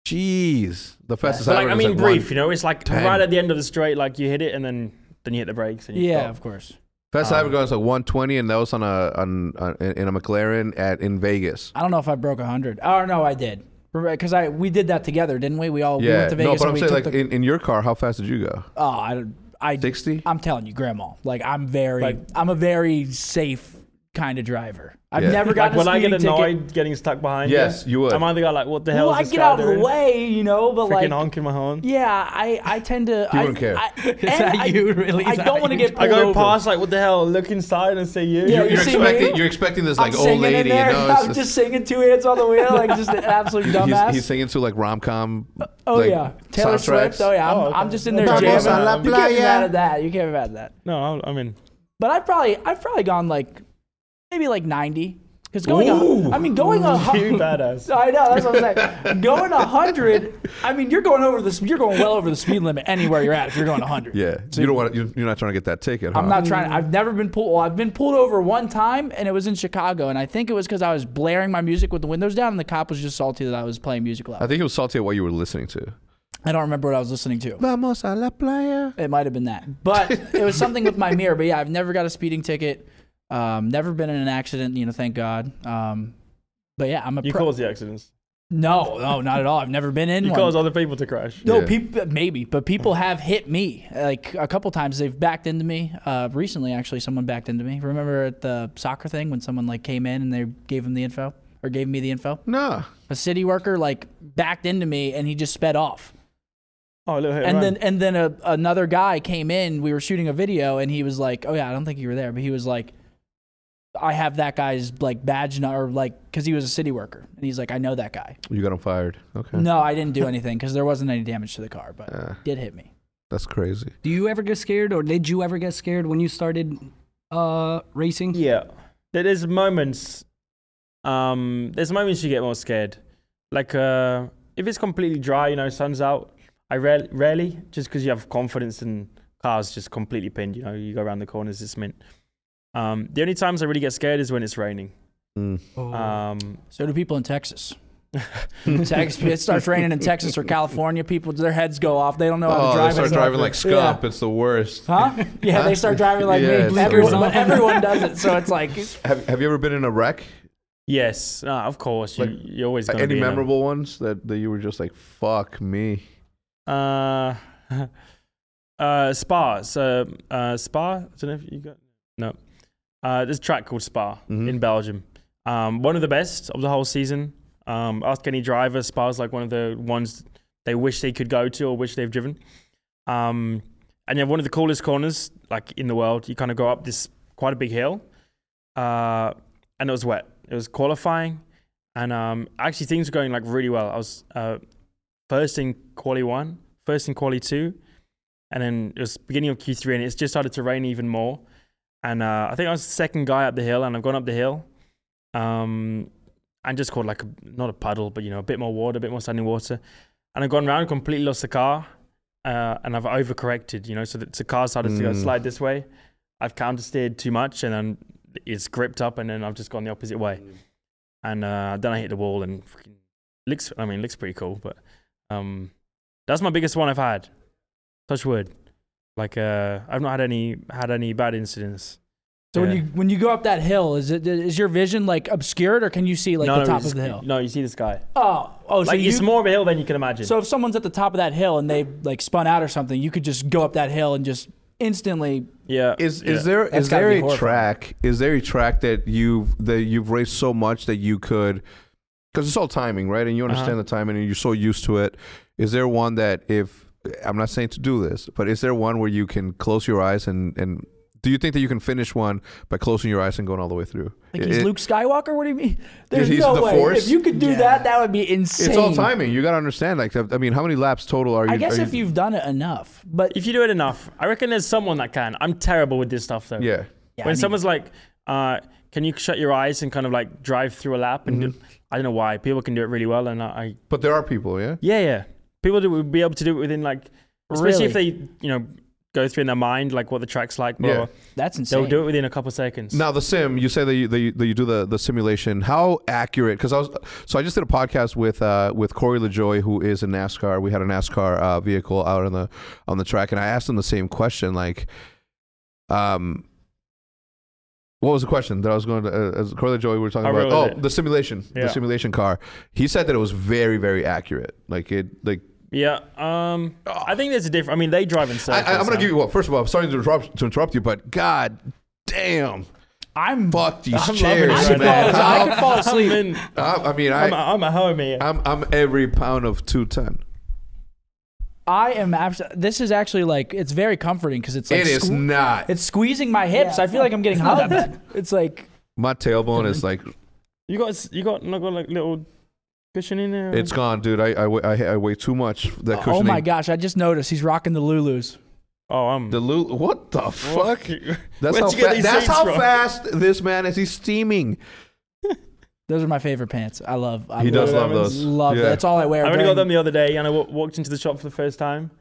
Speaker 4: Jeez, the fastest.
Speaker 1: But like,
Speaker 4: ever
Speaker 1: I
Speaker 4: was
Speaker 1: mean,
Speaker 4: at
Speaker 1: brief.
Speaker 4: one-
Speaker 1: You know, it's like
Speaker 4: 10.
Speaker 1: right at the end of the straight. Like you hit it, and then then you hit the brakes. And you
Speaker 2: yeah,
Speaker 1: stop.
Speaker 2: of course.
Speaker 4: Fastest I ever
Speaker 1: Um,
Speaker 4: gone was like 120, and that was on a on, on in a McLaren at in Vegas.
Speaker 2: I don't know if I broke 100. Oh, no, I did. Because I we did that together, didn't we? We all Oh, we
Speaker 4: Yeah,
Speaker 2: went to
Speaker 4: no,
Speaker 2: Vegas
Speaker 4: but
Speaker 2: and
Speaker 4: I'm
Speaker 2: we
Speaker 4: saying
Speaker 2: took
Speaker 4: like
Speaker 2: the,
Speaker 4: in, in your car, how fast did you go?
Speaker 2: Oh, I, I,
Speaker 4: 60?
Speaker 2: I'm telling you, Grandma. Like I'm very,
Speaker 1: Like-
Speaker 2: I'm a very safe kind of driver. I've
Speaker 4: Yeah.
Speaker 2: never
Speaker 1: Like
Speaker 2: gotten
Speaker 1: when
Speaker 2: a
Speaker 1: I
Speaker 2: speeding
Speaker 1: get annoyed
Speaker 2: ticket.
Speaker 1: getting stuck behind.
Speaker 4: Yes, you would.
Speaker 1: I'm either guy like, what the hell?
Speaker 2: Well,
Speaker 1: is
Speaker 2: I
Speaker 1: this
Speaker 2: get
Speaker 1: guy
Speaker 2: out of the
Speaker 1: doing?
Speaker 2: way, you know, but
Speaker 1: Freaking
Speaker 2: like,
Speaker 1: honking my horn.
Speaker 2: yeah, I, I tend to. I
Speaker 4: wouldn't care.
Speaker 2: I, and
Speaker 3: Is that
Speaker 2: I,
Speaker 3: you, really? Is
Speaker 2: I
Speaker 3: that
Speaker 2: don't want to
Speaker 3: you?
Speaker 2: get
Speaker 1: I
Speaker 2: pulled
Speaker 1: go
Speaker 2: over.
Speaker 1: past, like, what the hell? Look inside and say you.
Speaker 2: Yeah,
Speaker 4: you're,
Speaker 2: you see me?
Speaker 4: expecting you're expecting this
Speaker 2: I'm
Speaker 4: like
Speaker 2: singing
Speaker 4: old lady.
Speaker 2: in there.
Speaker 4: you know, it's
Speaker 2: I'm just singing two hands on the wheel, like just an absolute dumbass.
Speaker 4: He's, he's singing to like rom com.
Speaker 2: oh yeah, Taylor Swift. Oh yeah, I'm,
Speaker 1: Oh, okay.
Speaker 2: I'm just in there
Speaker 1: Vamos
Speaker 2: jamming.
Speaker 1: a la
Speaker 2: You can't be
Speaker 4: playa.
Speaker 2: mad at that. You can't be mad at that.
Speaker 1: No, I I mean,
Speaker 2: But I've probably I've probably gone like maybe like ninety. Because going, a,
Speaker 4: Ooh.
Speaker 2: I mean, going a
Speaker 1: You
Speaker 2: hundred.
Speaker 1: badass.
Speaker 2: I know that's what I'm saying. going a hundred. I mean, you're going over the. sp- You're going well over the speed limit anywhere you're at if you're going a hundred.
Speaker 4: Yeah, you don't want to, you're not trying to get that ticket. Huh?
Speaker 2: I'm
Speaker 1: Uh-huh.
Speaker 2: not trying. I've never been pulled. Well, I've been pulled over one time, and it was in Chicago, and I think it was because I was blaring my music with the windows down, and the cop was just salty that I was playing music
Speaker 4: I
Speaker 2: loud.
Speaker 4: think it was salty at what you were listening to.
Speaker 2: I don't remember what I was listening to.
Speaker 4: Vamos a la playa.
Speaker 2: It might have been that, but it was something with my mirror. But yeah, I've never got a speeding ticket. Um, never been in an accident. You know, thank God. Um, but yeah, I'm a
Speaker 1: You
Speaker 2: pro.
Speaker 1: cause the accidents.
Speaker 2: no, no, not at all. I've never been in
Speaker 1: You
Speaker 2: one.
Speaker 1: cause other people to crash.
Speaker 2: No,
Speaker 4: Yeah.
Speaker 2: people maybe, but people have hit me like a couple times. They've backed into me. Uh, recently, actually, someone backed into me. Remember at the soccer thing when someone like came in and they gave him the info or gave me the info?
Speaker 4: Nah.
Speaker 2: A city worker like backed into me and he just sped off.
Speaker 1: Oh, look,
Speaker 2: And then and then a, another guy came in. We were shooting a video and he was like, "Oh yeah, I don't think you were there," but he was like. I have that guy's like badge nu- or like because he was a city worker and he's like I know that guy.
Speaker 4: You got him fired. Okay.
Speaker 2: No, I didn't do anything because there wasn't any damage to the car, but
Speaker 4: Yeah.
Speaker 2: did hit me.
Speaker 4: That's crazy.
Speaker 3: Do you ever get scared, or did you ever get scared when you started uh, racing?
Speaker 1: Yeah. There- There's moments. Um, there's moments you get more scared. Like uh, if it's completely dry, you know, sun's out. I rarely, rarely just because you have confidence in cars just completely pinned. You know, you go around the corners, it's mint. Um, the only times I really get scared is when it's raining.
Speaker 4: Mm.
Speaker 3: Oh.
Speaker 1: Um,
Speaker 2: So do people in Texas. Texas, it starts raining in Texas or California. People, their heads go off. They don't know how
Speaker 4: Oh,
Speaker 2: to drive.
Speaker 4: they start
Speaker 2: anymore.
Speaker 4: driving like scump. It's the worst.
Speaker 2: Huh? Yeah, they start driving like
Speaker 4: Yeah, it's
Speaker 2: me. Everyone,
Speaker 4: so
Speaker 2: but everyone does it, so it's like
Speaker 4: Have, have you ever been in a wreck?
Speaker 1: yes, uh, of course. You,
Speaker 4: Like,
Speaker 1: you're always gonna
Speaker 4: Any
Speaker 1: be in 'em.
Speaker 4: memorable ones that, that you were just like, fuck me?
Speaker 1: Uh, uh, Spa. So, uh, Spa. I don't know if you got no. Uh, there's a track called Spa
Speaker 4: Mhm.
Speaker 1: in Belgium. Um, one of the best of the whole season. Um, ask any driver. Spa's like one of the ones they wish they could go to or wish they've driven. Um, and you have one of the coolest corners like in the world. You kind of go up this quite a big hill, uh, and it was wet. It was qualifying, and um, actually things were going like really well. I was uh, first in quali one, first in quali two, and then it was beginning of Q three, and it's just started to rain even more. And uh, I think I was the second guy up the hill, and I've gone up the hill, um, and just caught like a, not a puddle, but you know a bit more water, a bit more standing water, and I've gone around, completely lost the car, uh, and I've overcorrected, you know, so that the car started to go
Speaker 4: Mm.
Speaker 1: slide this way. I've countersteered too much, and then it's gripped up, and then I've just gone the opposite way, and uh, then I hit the wall, and freaking looks. I mean, looks pretty cool, but um, that's my biggest one I've had. Touch wood. Like uh, I've not had any had any bad incidents.
Speaker 2: so. When
Speaker 1: Yeah.
Speaker 2: you when you go up that hill, is it is your vision like obscured, or can you see like
Speaker 1: no,
Speaker 2: the
Speaker 1: no,
Speaker 2: top
Speaker 1: it's-
Speaker 2: of the hill?
Speaker 1: No, you see the sky.
Speaker 2: Oh, oh, so
Speaker 1: like
Speaker 2: you.
Speaker 1: it's more of a hill than you can imagine.
Speaker 2: so if someone's at the top of that hill and they like spun out or something, you could just go up that hill and just instantly.
Speaker 1: yeah.
Speaker 4: Is
Speaker 1: yeah.
Speaker 4: is there
Speaker 2: That's
Speaker 4: is
Speaker 2: gotta
Speaker 4: there
Speaker 2: be
Speaker 4: a
Speaker 2: horrifying.
Speaker 4: track? Is there a track that you that you've raced so much that you could? Because it's all timing, right? And you understand
Speaker 1: Uh-huh.
Speaker 4: the timing, and you're so used to it. Is there one that if I'm not saying to do this, but is there one where you can close your eyes and and do you think that you can finish one by closing your eyes and going all the way through?
Speaker 2: Like he's
Speaker 4: It-
Speaker 2: Luke Skywalker. What do you mean? There's
Speaker 4: he's
Speaker 2: no
Speaker 4: the
Speaker 2: way.
Speaker 4: Force?
Speaker 2: If you could do
Speaker 3: Yeah.
Speaker 2: that, that would be insane.
Speaker 4: It's all timing. You got to understand. Like, I mean, how many laps total are you?
Speaker 2: I guess
Speaker 4: are
Speaker 2: if you've done it enough, but
Speaker 1: if you do it enough, I reckon there's someone that can. I'm terrible with this stuff though.
Speaker 4: yeah,
Speaker 2: Yeah,
Speaker 1: when
Speaker 2: I mean-
Speaker 1: someone's like, uh, "Can you shut your eyes and kind of like drive through a lap?" and
Speaker 2: Mm-hmm.
Speaker 1: do, I don't know why people can do it really well, and I, I
Speaker 4: but there are people. Yeah,
Speaker 1: Yeah, yeah. People do, would be able to do it within like, especially if they, you know, go through in their mind like what the track's like. Blah,
Speaker 4: Yeah.
Speaker 1: blah.
Speaker 2: that's insane.
Speaker 1: They'll do it within a couple seconds.
Speaker 4: Now the sim, you say that you, that you, that you do the, the simulation. How accurate? Because I was so I just did a podcast with uh, with Corey LaJoy, who is in NASCAR. We had a NASCAR uh, vehicle out on the on the track, and I asked him the same question. Like, um, what was the question that I was going to? Uh, as Corey LaJoy, we were talking
Speaker 1: How
Speaker 4: about.
Speaker 1: real is
Speaker 4: Oh,
Speaker 1: it?
Speaker 4: the simulation,
Speaker 1: Yeah.
Speaker 4: the simulation car. He said that it was very very accurate. Like it, like
Speaker 1: Yeah. Um, I think there's a difference. I mean, they drive in
Speaker 4: I,
Speaker 1: circles.
Speaker 4: I, I'm going to
Speaker 1: now.
Speaker 4: give you what. First of all, I'm sorry to interrupt to interrupt you, but God damn,
Speaker 2: I'm
Speaker 4: fuck these
Speaker 1: I'm loving
Speaker 4: chairs,
Speaker 1: it
Speaker 2: I
Speaker 1: right
Speaker 2: could,
Speaker 4: man.
Speaker 2: fall, I
Speaker 4: How-
Speaker 2: could fall asleep.
Speaker 1: I'm, in,
Speaker 4: I, I mean, I,
Speaker 1: I'm, a, I'm a homie.
Speaker 4: I'm I'm every pound of two ton.
Speaker 2: I am abs- This is actually like it's very comforting because it's like
Speaker 4: it is
Speaker 2: sque-
Speaker 4: not.
Speaker 2: it's squeezing my hips. I feel like I'm getting hot. It's like
Speaker 4: My tailbone is like
Speaker 1: you got s- you got not got like little cushion in there.
Speaker 4: it's gone, dude. I I, wa- I, I weigh too much. That cushioning.
Speaker 2: oh my gosh! I just noticed he's rocking the Lulus.
Speaker 1: oh, I'm
Speaker 4: The lu- what the fuck?
Speaker 1: Where'd
Speaker 4: That's how
Speaker 1: you get
Speaker 4: fa-
Speaker 1: these
Speaker 4: that's
Speaker 1: seats
Speaker 4: how
Speaker 1: from?
Speaker 4: fast this man is. He's steaming.
Speaker 2: Those are my favorite pants. I love. I
Speaker 4: He does
Speaker 1: love
Speaker 4: love those.
Speaker 2: Love. That's all I wear.
Speaker 1: I only got
Speaker 2: during-
Speaker 1: them the other day, and I w- walked into the shop for the first time,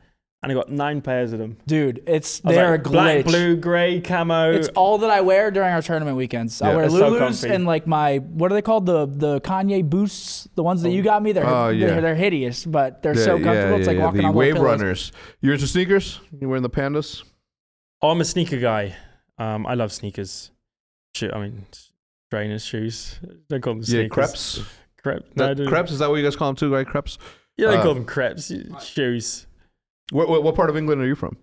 Speaker 1: and I got nine pairs of them.
Speaker 2: dude. It's
Speaker 1: I was
Speaker 2: they're
Speaker 1: like,
Speaker 2: a glitch.
Speaker 1: black, blue, gray, camo.
Speaker 2: It's all that I wear during our tournament weekends. I
Speaker 4: Yeah.
Speaker 2: wear
Speaker 1: It's so
Speaker 2: Lulus
Speaker 1: comfy.
Speaker 2: and like my what are they called the the Kanye boosts, the ones that you got me. They're
Speaker 4: Oh, yeah.
Speaker 2: they're, they're hideous, but they're so comfortable. it's like walking
Speaker 4: the
Speaker 2: on
Speaker 4: wave
Speaker 2: pillows.
Speaker 4: runners. You're into sneakers? You wearing the pandas?
Speaker 1: Oh, I'm a sneaker guy. Um, I love sneakers. Shoe, I mean, trainers, shoes. They call them sneakers.
Speaker 4: Yeah, crepes.
Speaker 1: Crep. No, I
Speaker 4: That,
Speaker 1: don't-
Speaker 4: crepes is that what you guys call them too? Right, crepes.
Speaker 1: Yeah, they
Speaker 4: uh,
Speaker 1: call them crepes. Shoes.
Speaker 4: What, what, what part of England are you from?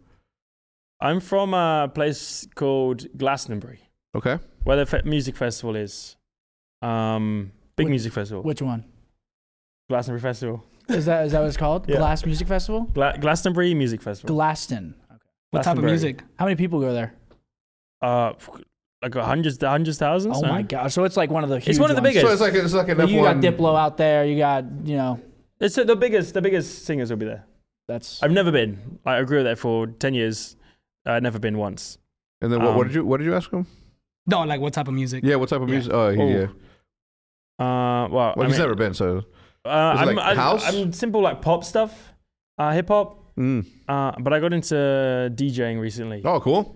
Speaker 1: I'm from a place called Glastonbury,
Speaker 4: Okay.
Speaker 1: where the fe- music festival is. Um, big
Speaker 2: Wh-
Speaker 1: music festival.
Speaker 2: Which one
Speaker 1: Glastonbury Festival.
Speaker 2: is that? Is that what it's called?
Speaker 1: Yeah.
Speaker 2: Glass Music Festival.
Speaker 1: Gla- Glastonbury Music Festival.
Speaker 2: Glaston.
Speaker 3: What type of
Speaker 1: Glastonbury.
Speaker 3: music?
Speaker 2: How many people go there?
Speaker 1: Uh, f- like hundreds, hundreds, thousands.
Speaker 2: Oh
Speaker 1: uh,
Speaker 2: my gosh! So it's like one of the. Huge
Speaker 1: one of the
Speaker 2: ones.
Speaker 1: biggest.
Speaker 4: So it's like it's like an
Speaker 2: But you got
Speaker 4: F1.
Speaker 2: Diplo out there. You got you know
Speaker 1: It's uh, the biggest, the biggest singers will be there.
Speaker 2: that's
Speaker 1: I've never been. Like, I grew up there for ten years. i never been once.
Speaker 4: And then what, what
Speaker 1: Um,
Speaker 4: did you what did you ask him?
Speaker 3: No, like what type of music?
Speaker 4: Yeah, what type of
Speaker 3: Yeah.
Speaker 4: music? Oh, he,
Speaker 1: Oh,
Speaker 4: yeah.
Speaker 1: Uh, well,
Speaker 4: Well,
Speaker 1: I
Speaker 4: he's
Speaker 1: mean,
Speaker 4: never been
Speaker 1: uh,
Speaker 4: so. Is it
Speaker 1: I'm,
Speaker 4: like
Speaker 1: I'm,
Speaker 4: house?
Speaker 1: I'm simple like pop stuff, uh, hip hop.
Speaker 4: Mm.
Speaker 1: Uh, but I got into DJing recently.
Speaker 4: Oh, cool.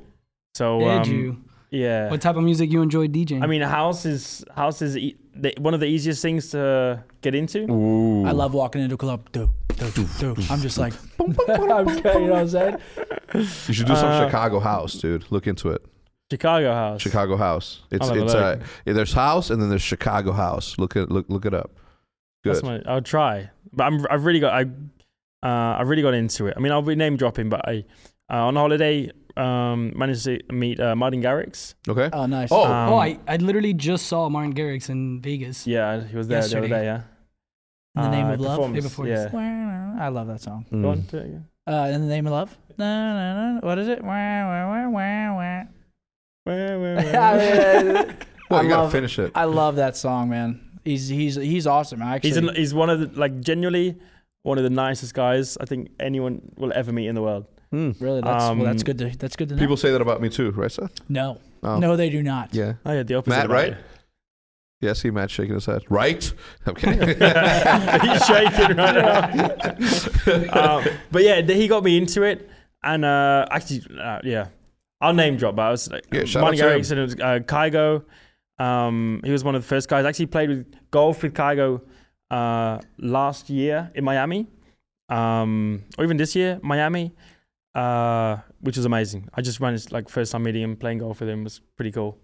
Speaker 1: So
Speaker 3: Did
Speaker 1: um,
Speaker 3: you?
Speaker 1: yeah,
Speaker 3: What type of music you enjoy DJing?
Speaker 1: I mean, house is house is e- the, one of the easiest things to get into.
Speaker 4: Ooh.
Speaker 2: I love walking into a club. Do, do, do, do. I'm just like, I'm just, you know what I'm saying?
Speaker 4: You should do some
Speaker 1: Uh,
Speaker 4: Chicago house, dude. Look into it.
Speaker 1: Chicago house.
Speaker 4: Chicago house. It's
Speaker 1: I'll have a
Speaker 4: it's uh,
Speaker 1: look.
Speaker 4: yeah, there's house and then there's Chicago house. Look at look look it up.
Speaker 1: That's
Speaker 4: Good.
Speaker 1: my. I'll try, but I'm. I've really got. I. Uh, I've really got into it. I mean, I'll be name dropping, but I uh, on holiday um, managed to meet uh, Martin Garrix.
Speaker 4: Okay.
Speaker 2: Oh, nice.
Speaker 4: Oh,
Speaker 1: Um,
Speaker 3: oh, I, I literally just saw Martin Garrix in Vegas.
Speaker 1: Yeah, he was there the
Speaker 3: Yesterday.
Speaker 1: other day. Yeah.
Speaker 2: In the name
Speaker 1: Uh,
Speaker 2: of love?
Speaker 1: performance,
Speaker 3: Day before
Speaker 1: yeah. Hmm.
Speaker 2: I love that song.
Speaker 4: Mm.
Speaker 1: Go on, do it again.
Speaker 2: Uh, in the name of love. No, no, no. What is it? Wah, wah, wah, wah, wah.
Speaker 1: Wah, wah, wah, wah.
Speaker 2: I uh,
Speaker 4: Well, you gotta
Speaker 2: love-
Speaker 4: finish it.
Speaker 2: love that song, man. He's he's he's awesome. I actually,
Speaker 1: he's an, he's one of the, like genuinely one of the nicest guys I think anyone will ever meet in the world.
Speaker 4: Mm.
Speaker 2: really that's well,
Speaker 1: um,
Speaker 2: that's good to that's good to know.
Speaker 4: People say that about me too, right, Seth?
Speaker 2: no,
Speaker 4: Oh.
Speaker 2: no, they do not.
Speaker 4: Yeah.
Speaker 1: I had Oh, the opposite.
Speaker 4: Matt,
Speaker 1: about
Speaker 4: right?
Speaker 1: it.
Speaker 4: Yeah, I see Matt shaking his head. Right? Okay.
Speaker 1: He's shaking right now. um, but yeah, th- he got me into it, and uh, actually, uh, yeah, I'll name drop. But I was like,
Speaker 4: Yeah, shout
Speaker 1: Martin
Speaker 4: out
Speaker 1: Garrix and it was, uh, Kygo. Um, he was one of the first guys. I actually played with golf with Kygo uh, last year in Miami, um, or even this year, Miami, uh, which was amazing. I just managed like first time meeting him, playing golf with him was pretty cool,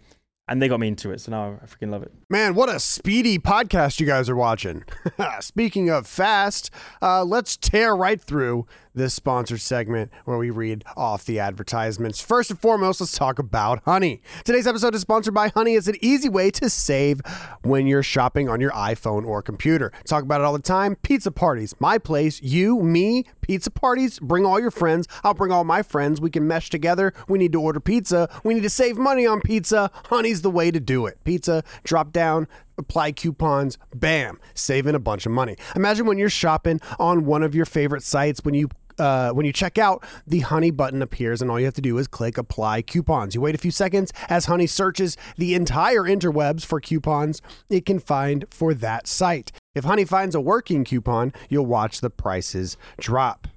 Speaker 1: and they got me into it. So now I freaking love it.
Speaker 5: Man, what a speedy podcast you guys are watching. Speaking of fast, uh, let's tear right through this sponsored segment where we read off the advertisements. First and foremost, let's talk about Honey. Today's episode is sponsored by Honey. It's an easy way to save when you're shopping on your iPhone or computer. Talk about it all the time. Pizza parties, my place, you, me, pizza parties. Bring all your friends. I'll bring all my friends. We can mesh together. We need to order pizza. We need to save money on pizza. Honey's the way to do it. Pizza, drop down, apply coupons, bam, saving a bunch of money. Imagine when you're shopping on one of your favorite sites when you uh, when you check out, the Honey button appears, and all you have to do is click Apply Coupons. You wait a few seconds as Honey searches the entire interwebs for coupons it can find for that site. If Honey finds a working coupon, you'll watch the prices drop.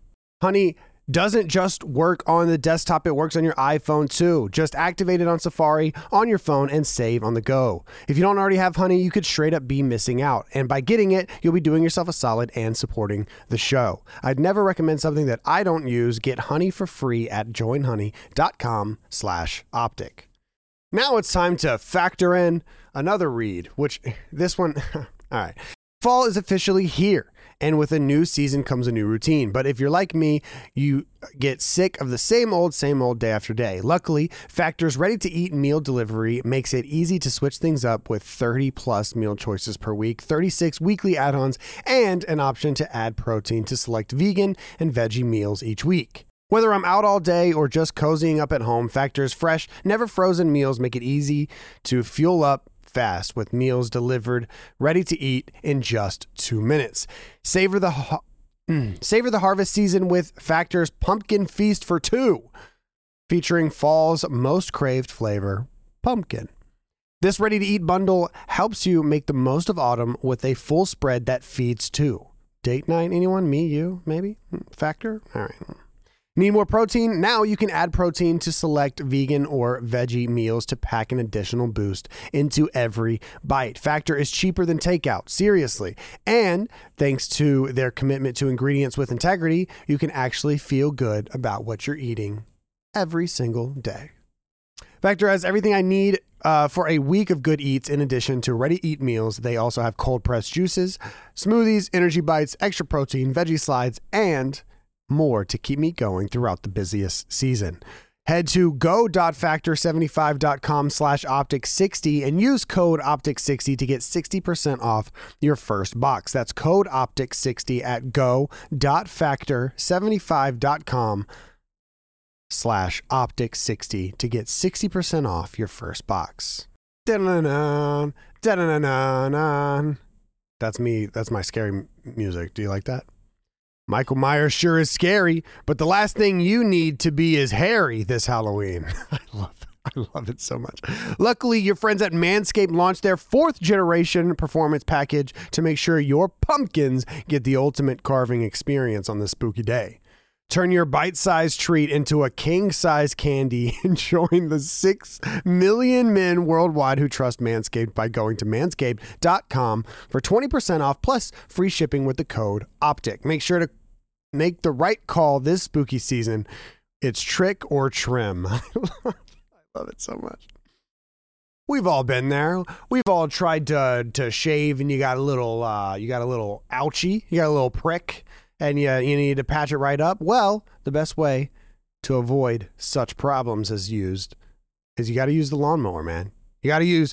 Speaker 5: Honey doesn't just work on the desktop, it works on your iPhone too. Just activate it on Safari on your phone and save on the go. If you don't already have Honey, you could straight up be missing out. And by getting it, you'll be doing yourself a solid and supporting the show. I'd never recommend something that I don't use. Get Honey for free at joinhoney.com slash optic. Now it's time to factor in another read, which this one, all right. Fall is officially here, and with a new season comes a new routine. But if you're like me, you get sick of the same old, same old day after day. Luckily, Factor's ready to eat meal delivery makes it easy to switch things up with 30 plus meal choices per week, 36 weekly add ons, and an option to add protein to select vegan and veggie meals each week. Whether I'm out all day or just cozying up at home, Factor's fresh, never frozen meals make it easy to fuel up fast with meals delivered ready to eat in just 2 minutes. Savor the ho- mm, savor the harvest season with Factor's pumpkin feast for 2, featuring fall's most craved flavor, pumpkin. This ready to eat bundle helps you make the most of autumn with a full spread that feeds two. Date night, anyone? Me, you, maybe? Hmm, Factor? All right. Need more protein? Now you can add protein to select vegan or veggie meals to pack an additional boost into every bite. Factor is cheaper than takeout, seriously. And thanks to their commitment to ingredients with integrity, you can actually feel good about what you're eating every single day. Factor has everything I need uh, for a week of good eats. In addition to ready eat meals, they also have cold pressed juices, smoothies, energy bites, extra protein, veggie slides, and more to keep me going throughout the busiest season. Head to go.factor75.com slash optic60 and use code optic60 to get 60% off your first box. That's code optic60 at go.factor75.com slash optic60 to get 60% off your first box. Dun-dun-dun, dun-dun-dun-dun. That's me. That's my scary m- music. Do you like that? Michael Myers sure is scary, but the last thing you need to be is hairy this Halloween. I love it. I love it so much. Luckily, your friends at Manscaped launched their fourth generation performance package to make sure your pumpkins get the ultimate carving experience on this spooky day. Turn your bite sized treat into a king size candy and join the 6 million men worldwide who trust Manscaped by going to manscaped.com for 20% off plus free shipping with the code OPTIC. Make sure to make the right call this spooky season. It's trick or trim. I love it so much. We've all been there. We've all tried to to shave, and you got a little, uh, you got a little ouchie, you got a little prick, and you you need to patch it right up. Well, the best way to avoid such problems is used is you got to use the lawnmower, man. You got to use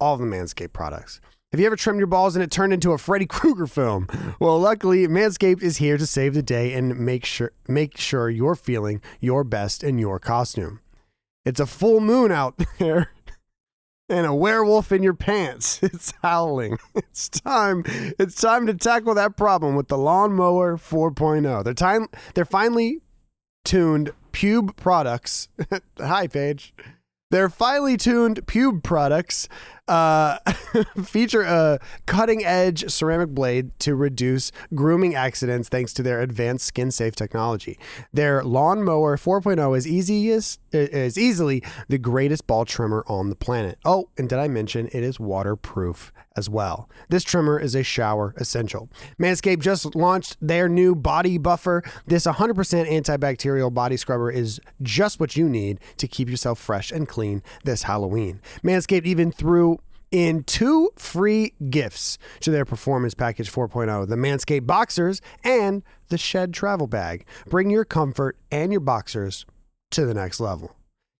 Speaker 5: all the Manscaped products. Have you ever trimmed your balls and it turned into a Freddy Krueger film? Well, luckily, Manscaped is here to save the day and make sure make sure you're feeling your best in your costume. It's a full moon out there and a werewolf in your pants. It's howling. It's time. It's time to tackle that problem with the lawnmower 4.0. They're time. They're finally tuned pube products. Hi, Paige. Their finely tuned pube products uh, feature a cutting edge ceramic blade to reduce grooming accidents thanks to their advanced skin safe technology. Their lawnmower 4.0 is easiest is easily the greatest ball trimmer on the planet. Oh, and did I mention it is waterproof as well? This trimmer is a shower essential. Manscaped just launched their new body buffer. This 100% antibacterial body scrubber is just what you need to keep yourself fresh and clean this Halloween. Manscaped even threw in two free gifts to their performance package 4.0 the Manscaped Boxers and the Shed Travel Bag. Bring your comfort and your boxers to the next level.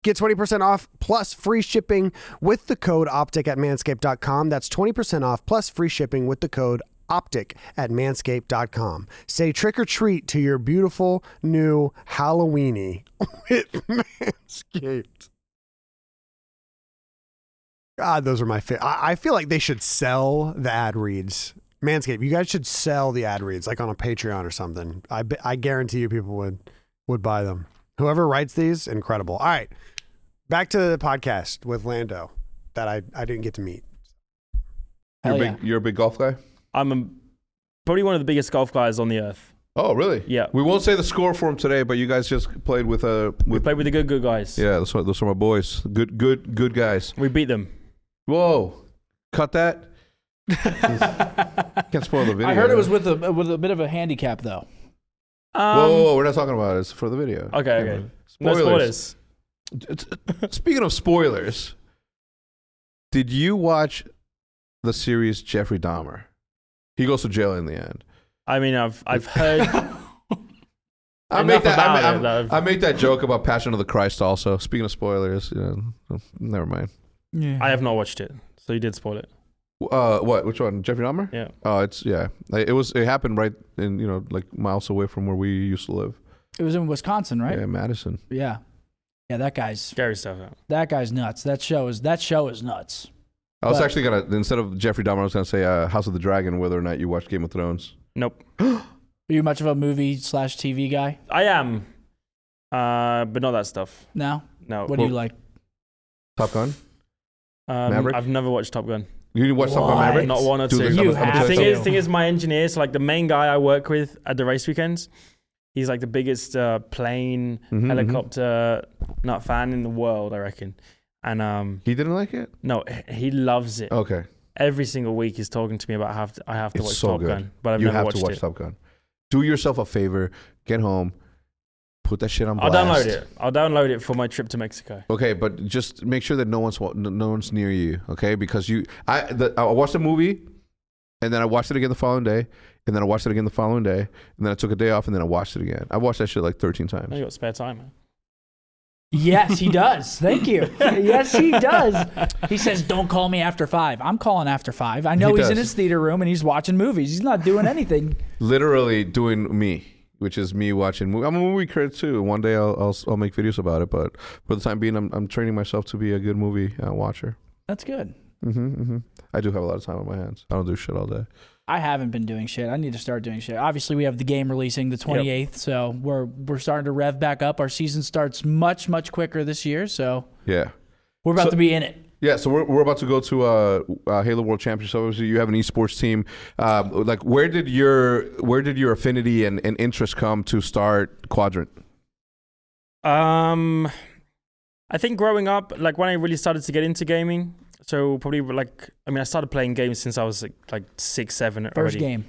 Speaker 5: Get 20% off plus free shipping with the code OPTIC at manscaped.com. That's 20% off plus free shipping with the code OPTIC at manscaped.com. Say trick or treat to your beautiful new Halloweeny with Manscaped. God, those are my favorite. I I feel like they should sell the ad reads. Manscaped, you guys should sell the ad reads like on a Patreon or something. I, be- I guarantee you people would would buy them. Whoever writes these, incredible. All right, back to the podcast with Lando that I, I didn't get to meet.
Speaker 4: You're,
Speaker 2: Hell
Speaker 4: a big, you're a big golf guy?
Speaker 1: I'm a, probably one of the biggest golf guys on the earth.
Speaker 4: Oh, really?
Speaker 1: Yeah.
Speaker 4: We won't say the score for him today, but you guys just played with uh,
Speaker 1: We
Speaker 4: with
Speaker 1: played with the good, good guys.
Speaker 4: yeah. Those are, those are my boys. Good, good, good guys.
Speaker 1: We beat them.
Speaker 4: Whoa! Cut that. Can't spoil the video.
Speaker 2: I heard it was with a with a bit of a handicap though.
Speaker 1: Um,
Speaker 4: Whoa, whoa, whoa, we're not talking about it. It's for the video.
Speaker 1: Okay, okay. No
Speaker 4: Spoilers.
Speaker 1: spoilers.
Speaker 4: Speaking of spoilers, did you watch the series Jeffrey Dahmer? He goes to jail in the end.
Speaker 1: I mean, I've I've heard.
Speaker 4: I
Speaker 1: Enough
Speaker 4: make that.
Speaker 1: about
Speaker 4: I,
Speaker 1: it,
Speaker 4: ma- I'm-
Speaker 1: though.
Speaker 4: I make that joke about Passion of the Christ. Also, speaking of spoilers, you know, never mind.
Speaker 2: Yeah.
Speaker 1: I have not watched it, so you did spoil it.
Speaker 4: Uh, what? Which one? Jeffrey Dahmer?
Speaker 1: Yeah.
Speaker 4: Oh, it's yeah. Like, It was. It happened right in you know like miles away from where we used to live.
Speaker 2: it was in Wisconsin, right?
Speaker 4: Yeah, Madison.
Speaker 2: Yeah. yeah. that guy's
Speaker 1: Scary stuff. yeah.
Speaker 2: that guy's nuts. That show is that show is nuts.
Speaker 4: I was
Speaker 2: But-
Speaker 4: actually gonna instead of Jeffrey Dahmer, I was gonna say uh, House of the Dragon. Whether or not you watched Game of Thrones.
Speaker 1: Nope.
Speaker 2: Are you much of a movie slash TV guy
Speaker 1: I am, uh, but not that stuff.
Speaker 2: now?
Speaker 1: No.
Speaker 2: What do you like?
Speaker 4: Top Gun.
Speaker 1: Um,
Speaker 4: Maverick?
Speaker 1: I've never watched Top Gun.
Speaker 4: You didn't watch Top Gun
Speaker 2: What?
Speaker 4: Maverick?
Speaker 1: Not one or
Speaker 4: Dude,
Speaker 1: two.
Speaker 4: there's
Speaker 2: You
Speaker 4: nothing-
Speaker 2: have
Speaker 1: The
Speaker 4: I'm
Speaker 1: thing
Speaker 4: telling
Speaker 1: is,
Speaker 4: you.
Speaker 1: thing is, my engineer, so like the main guy I work with at the race weekends, he's like the biggest uh, plane
Speaker 4: Mhm, mhm.
Speaker 1: helicopter nut fan in the world, I reckon. And um,
Speaker 4: he didn't like it.
Speaker 1: no, he loves it.
Speaker 4: Okay,
Speaker 1: Every single week, he's talking to me about have to, I have to
Speaker 4: Oh. It's
Speaker 1: watch
Speaker 4: so
Speaker 1: Top
Speaker 4: good.
Speaker 1: Gun, but I've
Speaker 4: you
Speaker 1: never
Speaker 4: have
Speaker 1: watched
Speaker 4: to watch
Speaker 1: it.
Speaker 4: Top Gun. Do yourself a favor. Get home. Put that shit on
Speaker 1: I'll download
Speaker 4: blast.
Speaker 1: it. I'll download it for my trip to Mexico.
Speaker 4: Okay, but just make sure that no one's wa- no no one's near you. Okay, because you, I, the, I watched the movie, and then I watched it again the following day, and then I watched it again the following day, and then I took a day off, and then I watched it again. I watched that shit like thirteen
Speaker 1: Now
Speaker 4: times.
Speaker 1: you got spare time. Man.
Speaker 2: Yes, he does. Thank you. Yes, he does. He says, "Don't call me after five. I'm calling after five. I know
Speaker 4: He
Speaker 2: he's in
Speaker 4: does.
Speaker 2: his theater room and he's watching movies. He's not doing anything.
Speaker 4: Literally doing me, which is me watching movie. I'm a movie critic too. One day I'll, I'll I'll make videos about it, but for the time being, I'm I'm training myself to be a good movie uh, watcher.
Speaker 2: That's good.
Speaker 4: hmm hmm I do have a lot of time on my hands. I don't do shit all day.
Speaker 2: I haven't been doing shit. I need to start doing shit. Obviously, we have the game releasing the 28th, so we're we're starting to rev back up. Our season starts much much quicker this year, so
Speaker 4: Yeah.
Speaker 2: we're about
Speaker 4: So-
Speaker 2: to be in it.
Speaker 4: Yeah, so we're, we're about to go to uh, uh, Halo World Championship. Obviously, you have an esports team. Um, like, where did your where did your affinity and, and interest come to start Quadrant?
Speaker 1: Um, I think growing up, like when I really started to get into gaming, so probably like I mean, I started playing games since I was like, like six, seven
Speaker 2: First
Speaker 1: already.
Speaker 2: game.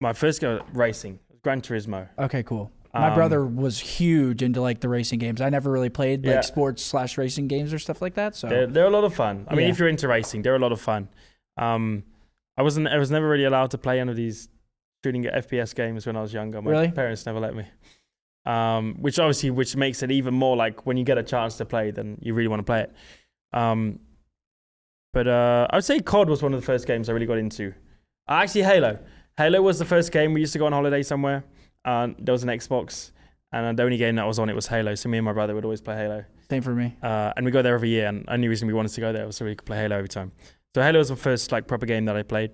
Speaker 1: My first game was racing, Gran Turismo.
Speaker 2: Okay, cool. My
Speaker 1: Um,
Speaker 2: brother was huge into like the racing games. I never really played like
Speaker 1: Yeah.
Speaker 2: sports slash racing games or stuff like that. So
Speaker 1: They're, they're a lot of fun. I mean,
Speaker 2: Yeah.
Speaker 1: if you're into racing, they're a lot of fun. Um, I wasn't. I was never really allowed to play any of these shooting at FPS games when I was younger. My
Speaker 2: Really?
Speaker 1: parents never let me. Um, which obviously, which makes it even more like when you get a chance to play, then you really want to play it. Um, but uh, I would say COD was one of the first games I really got into. Uh, actually, Halo. Halo was the first game we used to go on holiday somewhere. Uh, there was an Xbox, and uh, the only game that was on it was Halo. So me and my brother would always play Halo.
Speaker 2: same for me.
Speaker 1: Uh, and we go there every year. And only reason we wanted to go there was so we could play Halo every time. So Halo was the first like proper game that I played,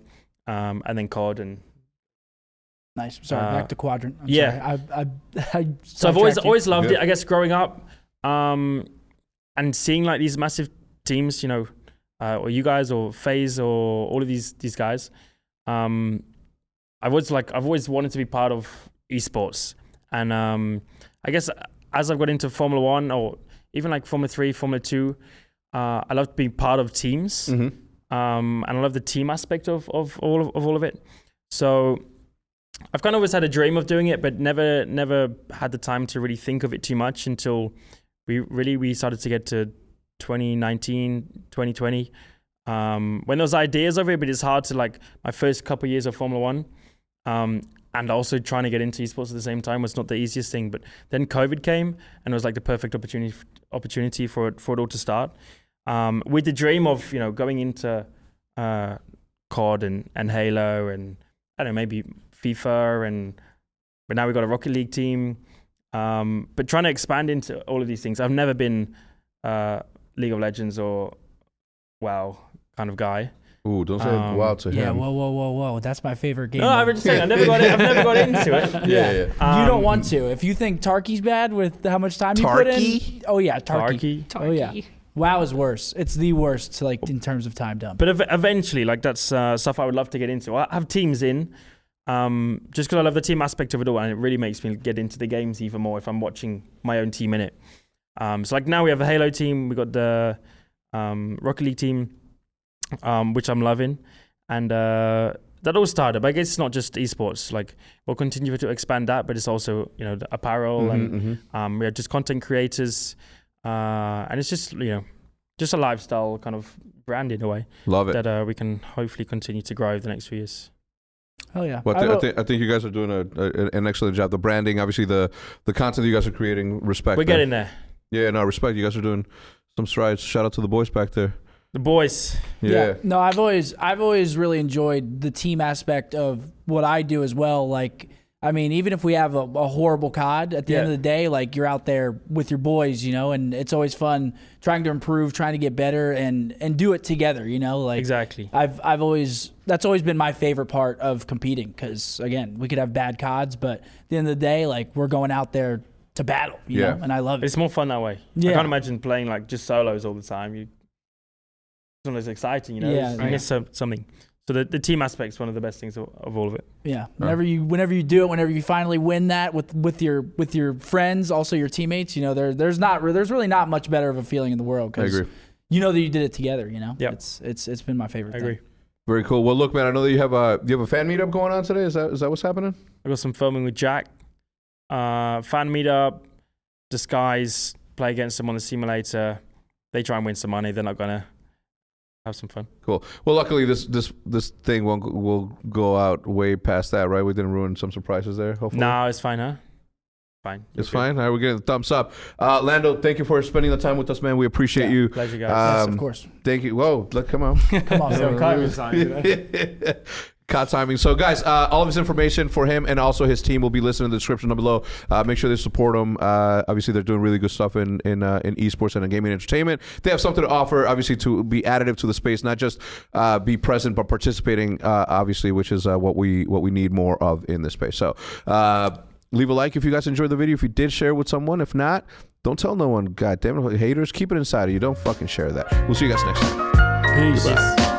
Speaker 1: um, and then COD. And
Speaker 2: Nice. Sorry,
Speaker 1: Uh,
Speaker 2: back to quadrant. I'm
Speaker 1: yeah.
Speaker 2: Sorry. I, I, I
Speaker 1: so I've always
Speaker 2: sidetracked you.
Speaker 1: always loved
Speaker 4: Yeah.
Speaker 1: it. I guess growing up, um, and seeing like these massive teams, you know, uh, or you guys or FaZe or all of these these guys. Um, I was like I've always wanted to be part of esports, and um, I guess as I've got into Formula One or even like Formula Three, Formula Two, uh, I love being part of teams.
Speaker 4: Mm-hmm.
Speaker 1: um, and I love the team aspect of, of all of, of all of it. So I've kind of always had a dream of doing it, but never never had the time to really think of it too much until we really we started to get to 2019, 2020. Um, when those ideas of it, but it's hard to like my first couple years of Formula One, um, and also trying to get into esports at the same time was not the easiest thing. But then COVID came, and it was like the perfect opportunity opportunity for it for it all to start um, with the dream of you know going into uh, COD and, and Halo and I don't know maybe FIFA and but now we've got a Rocket League team. Um, but trying to expand into all of these things, I've never been uh, League of Legends or WoW kind of guy.
Speaker 4: Ooh, don't say
Speaker 1: Um,
Speaker 4: wow to him.
Speaker 2: Yeah, whoa, whoa, whoa, whoa. That's my favorite game.
Speaker 1: No, I
Speaker 2: of-
Speaker 1: was just saying I've never got in, I've never got into it.
Speaker 4: Yeah, yeah.
Speaker 1: Um,
Speaker 2: you don't want to. If you think Tarky's bad with how much time you put in,
Speaker 4: Tarky?
Speaker 2: oh yeah, Tarky.
Speaker 1: Tarky.
Speaker 2: Oh yeah, WoW is worse. It's the worst, like in terms of time dump.
Speaker 1: But ev- eventually, like that's uh, stuff I would love to get into. I have teams in, um, just because I love the team aspect of it all, and it really makes me get into the games even more if I'm watching my own team in it. Um, so like now we have a Halo team, we got the um, Rocket League team, um, which I'm loving, and uh, that all started. But I guess it's not just esports. Like we'll continue to expand that, but it's also you know the apparel
Speaker 4: Mhm,
Speaker 1: and
Speaker 4: mhm.
Speaker 1: um, we are just content creators, uh, and it's just you know, just a lifestyle kind of brand in a way
Speaker 4: Love it.
Speaker 1: that uh, we can hopefully continue to grow over the next few years.
Speaker 2: Hell yeah.
Speaker 4: Well, I,
Speaker 2: I
Speaker 4: thi- I,
Speaker 2: wrote-
Speaker 4: thi- I think you guys are doing a, a, an excellent job. The branding, obviously, the the content that you guys are creating, respect.
Speaker 1: We're
Speaker 4: man.
Speaker 1: getting there.
Speaker 4: Yeah, no, respect. You guys are doing some strides. Shout out to the boys back there.
Speaker 1: The boys.
Speaker 4: Yeah.
Speaker 2: No, I've always I've always really enjoyed the team aspect of what I do as well. Like I mean, even if we have a, a horrible COD at the end of
Speaker 1: Yeah.
Speaker 2: the day, like you're out there with your boys, you know, and it's always fun trying to improve, trying to get better and and do it together, you know, like
Speaker 1: Exactly.
Speaker 2: I've I've always that's always been my favorite part of competing because again we could have bad cods, but at the end of the day, like we're going out there to battle, you
Speaker 4: Yeah.
Speaker 2: know, and I love it.
Speaker 1: It's more fun that way.
Speaker 2: Yeah.
Speaker 1: I can't imagine playing like just solos all the time. You sometimes exciting, you know.
Speaker 2: Yeah,
Speaker 1: you
Speaker 2: yeah.
Speaker 1: miss some, something. So the, the team aspect is one of the best things of, of all of it.
Speaker 2: Yeah. Whenever you whenever you do it, whenever you finally win that with with your with your friends, also your teammates, you know, there there's not re- there's really not much better of a feeling in the world
Speaker 4: I agree.
Speaker 2: you know that you did it together, you know.
Speaker 1: Yep.
Speaker 2: It's it's it's been my favorite
Speaker 1: I
Speaker 2: thing.
Speaker 1: agree.
Speaker 4: Very cool. Well, look, man, I know that you have a you have a fan meetup going on today. Is that is that what's happening?
Speaker 1: I got some filming with Jack, uh, fan meetup, disguise, play against them on the simulator. They try and win some money. They're not gonna have some fun.
Speaker 4: Cool. Well, luckily this this this thing won't go- will go out way past that, right? We didn't ruin some surprises there. Hopefully,
Speaker 1: No, it's fine, huh? Fine. You're
Speaker 4: it's
Speaker 1: good.
Speaker 4: fine. All right, we're getting the thumbs up. Uh, Lando, thank you for spending the time with us, man. We appreciate you.
Speaker 1: Pleasure, guys.
Speaker 4: Uh,
Speaker 2: Yes,
Speaker 4: Um,
Speaker 2: of course.
Speaker 4: Thank you. Whoa, look, come on.
Speaker 2: Come on,
Speaker 1: So
Speaker 2: bro.
Speaker 1: Kai was on, you know?
Speaker 4: Caught timing. So, guys, uh, all of his information for him and also his team will be listed in the description down below. Uh, make sure they support him. Uh, obviously, they're doing really good stuff in in, uh, in esports and in gaming entertainment. They have something to offer, obviously, to be additive to the space, not just uh, be present but participating, uh, obviously, which is uh, what we what we need more of in this space. So, uh, leave a like if you guys enjoyed the video. If you did, share it with someone. If not, don't tell no one. God damn it, haters, keep it inside of you. Don't fucking share that. We'll see you guys next time.
Speaker 1: Peace.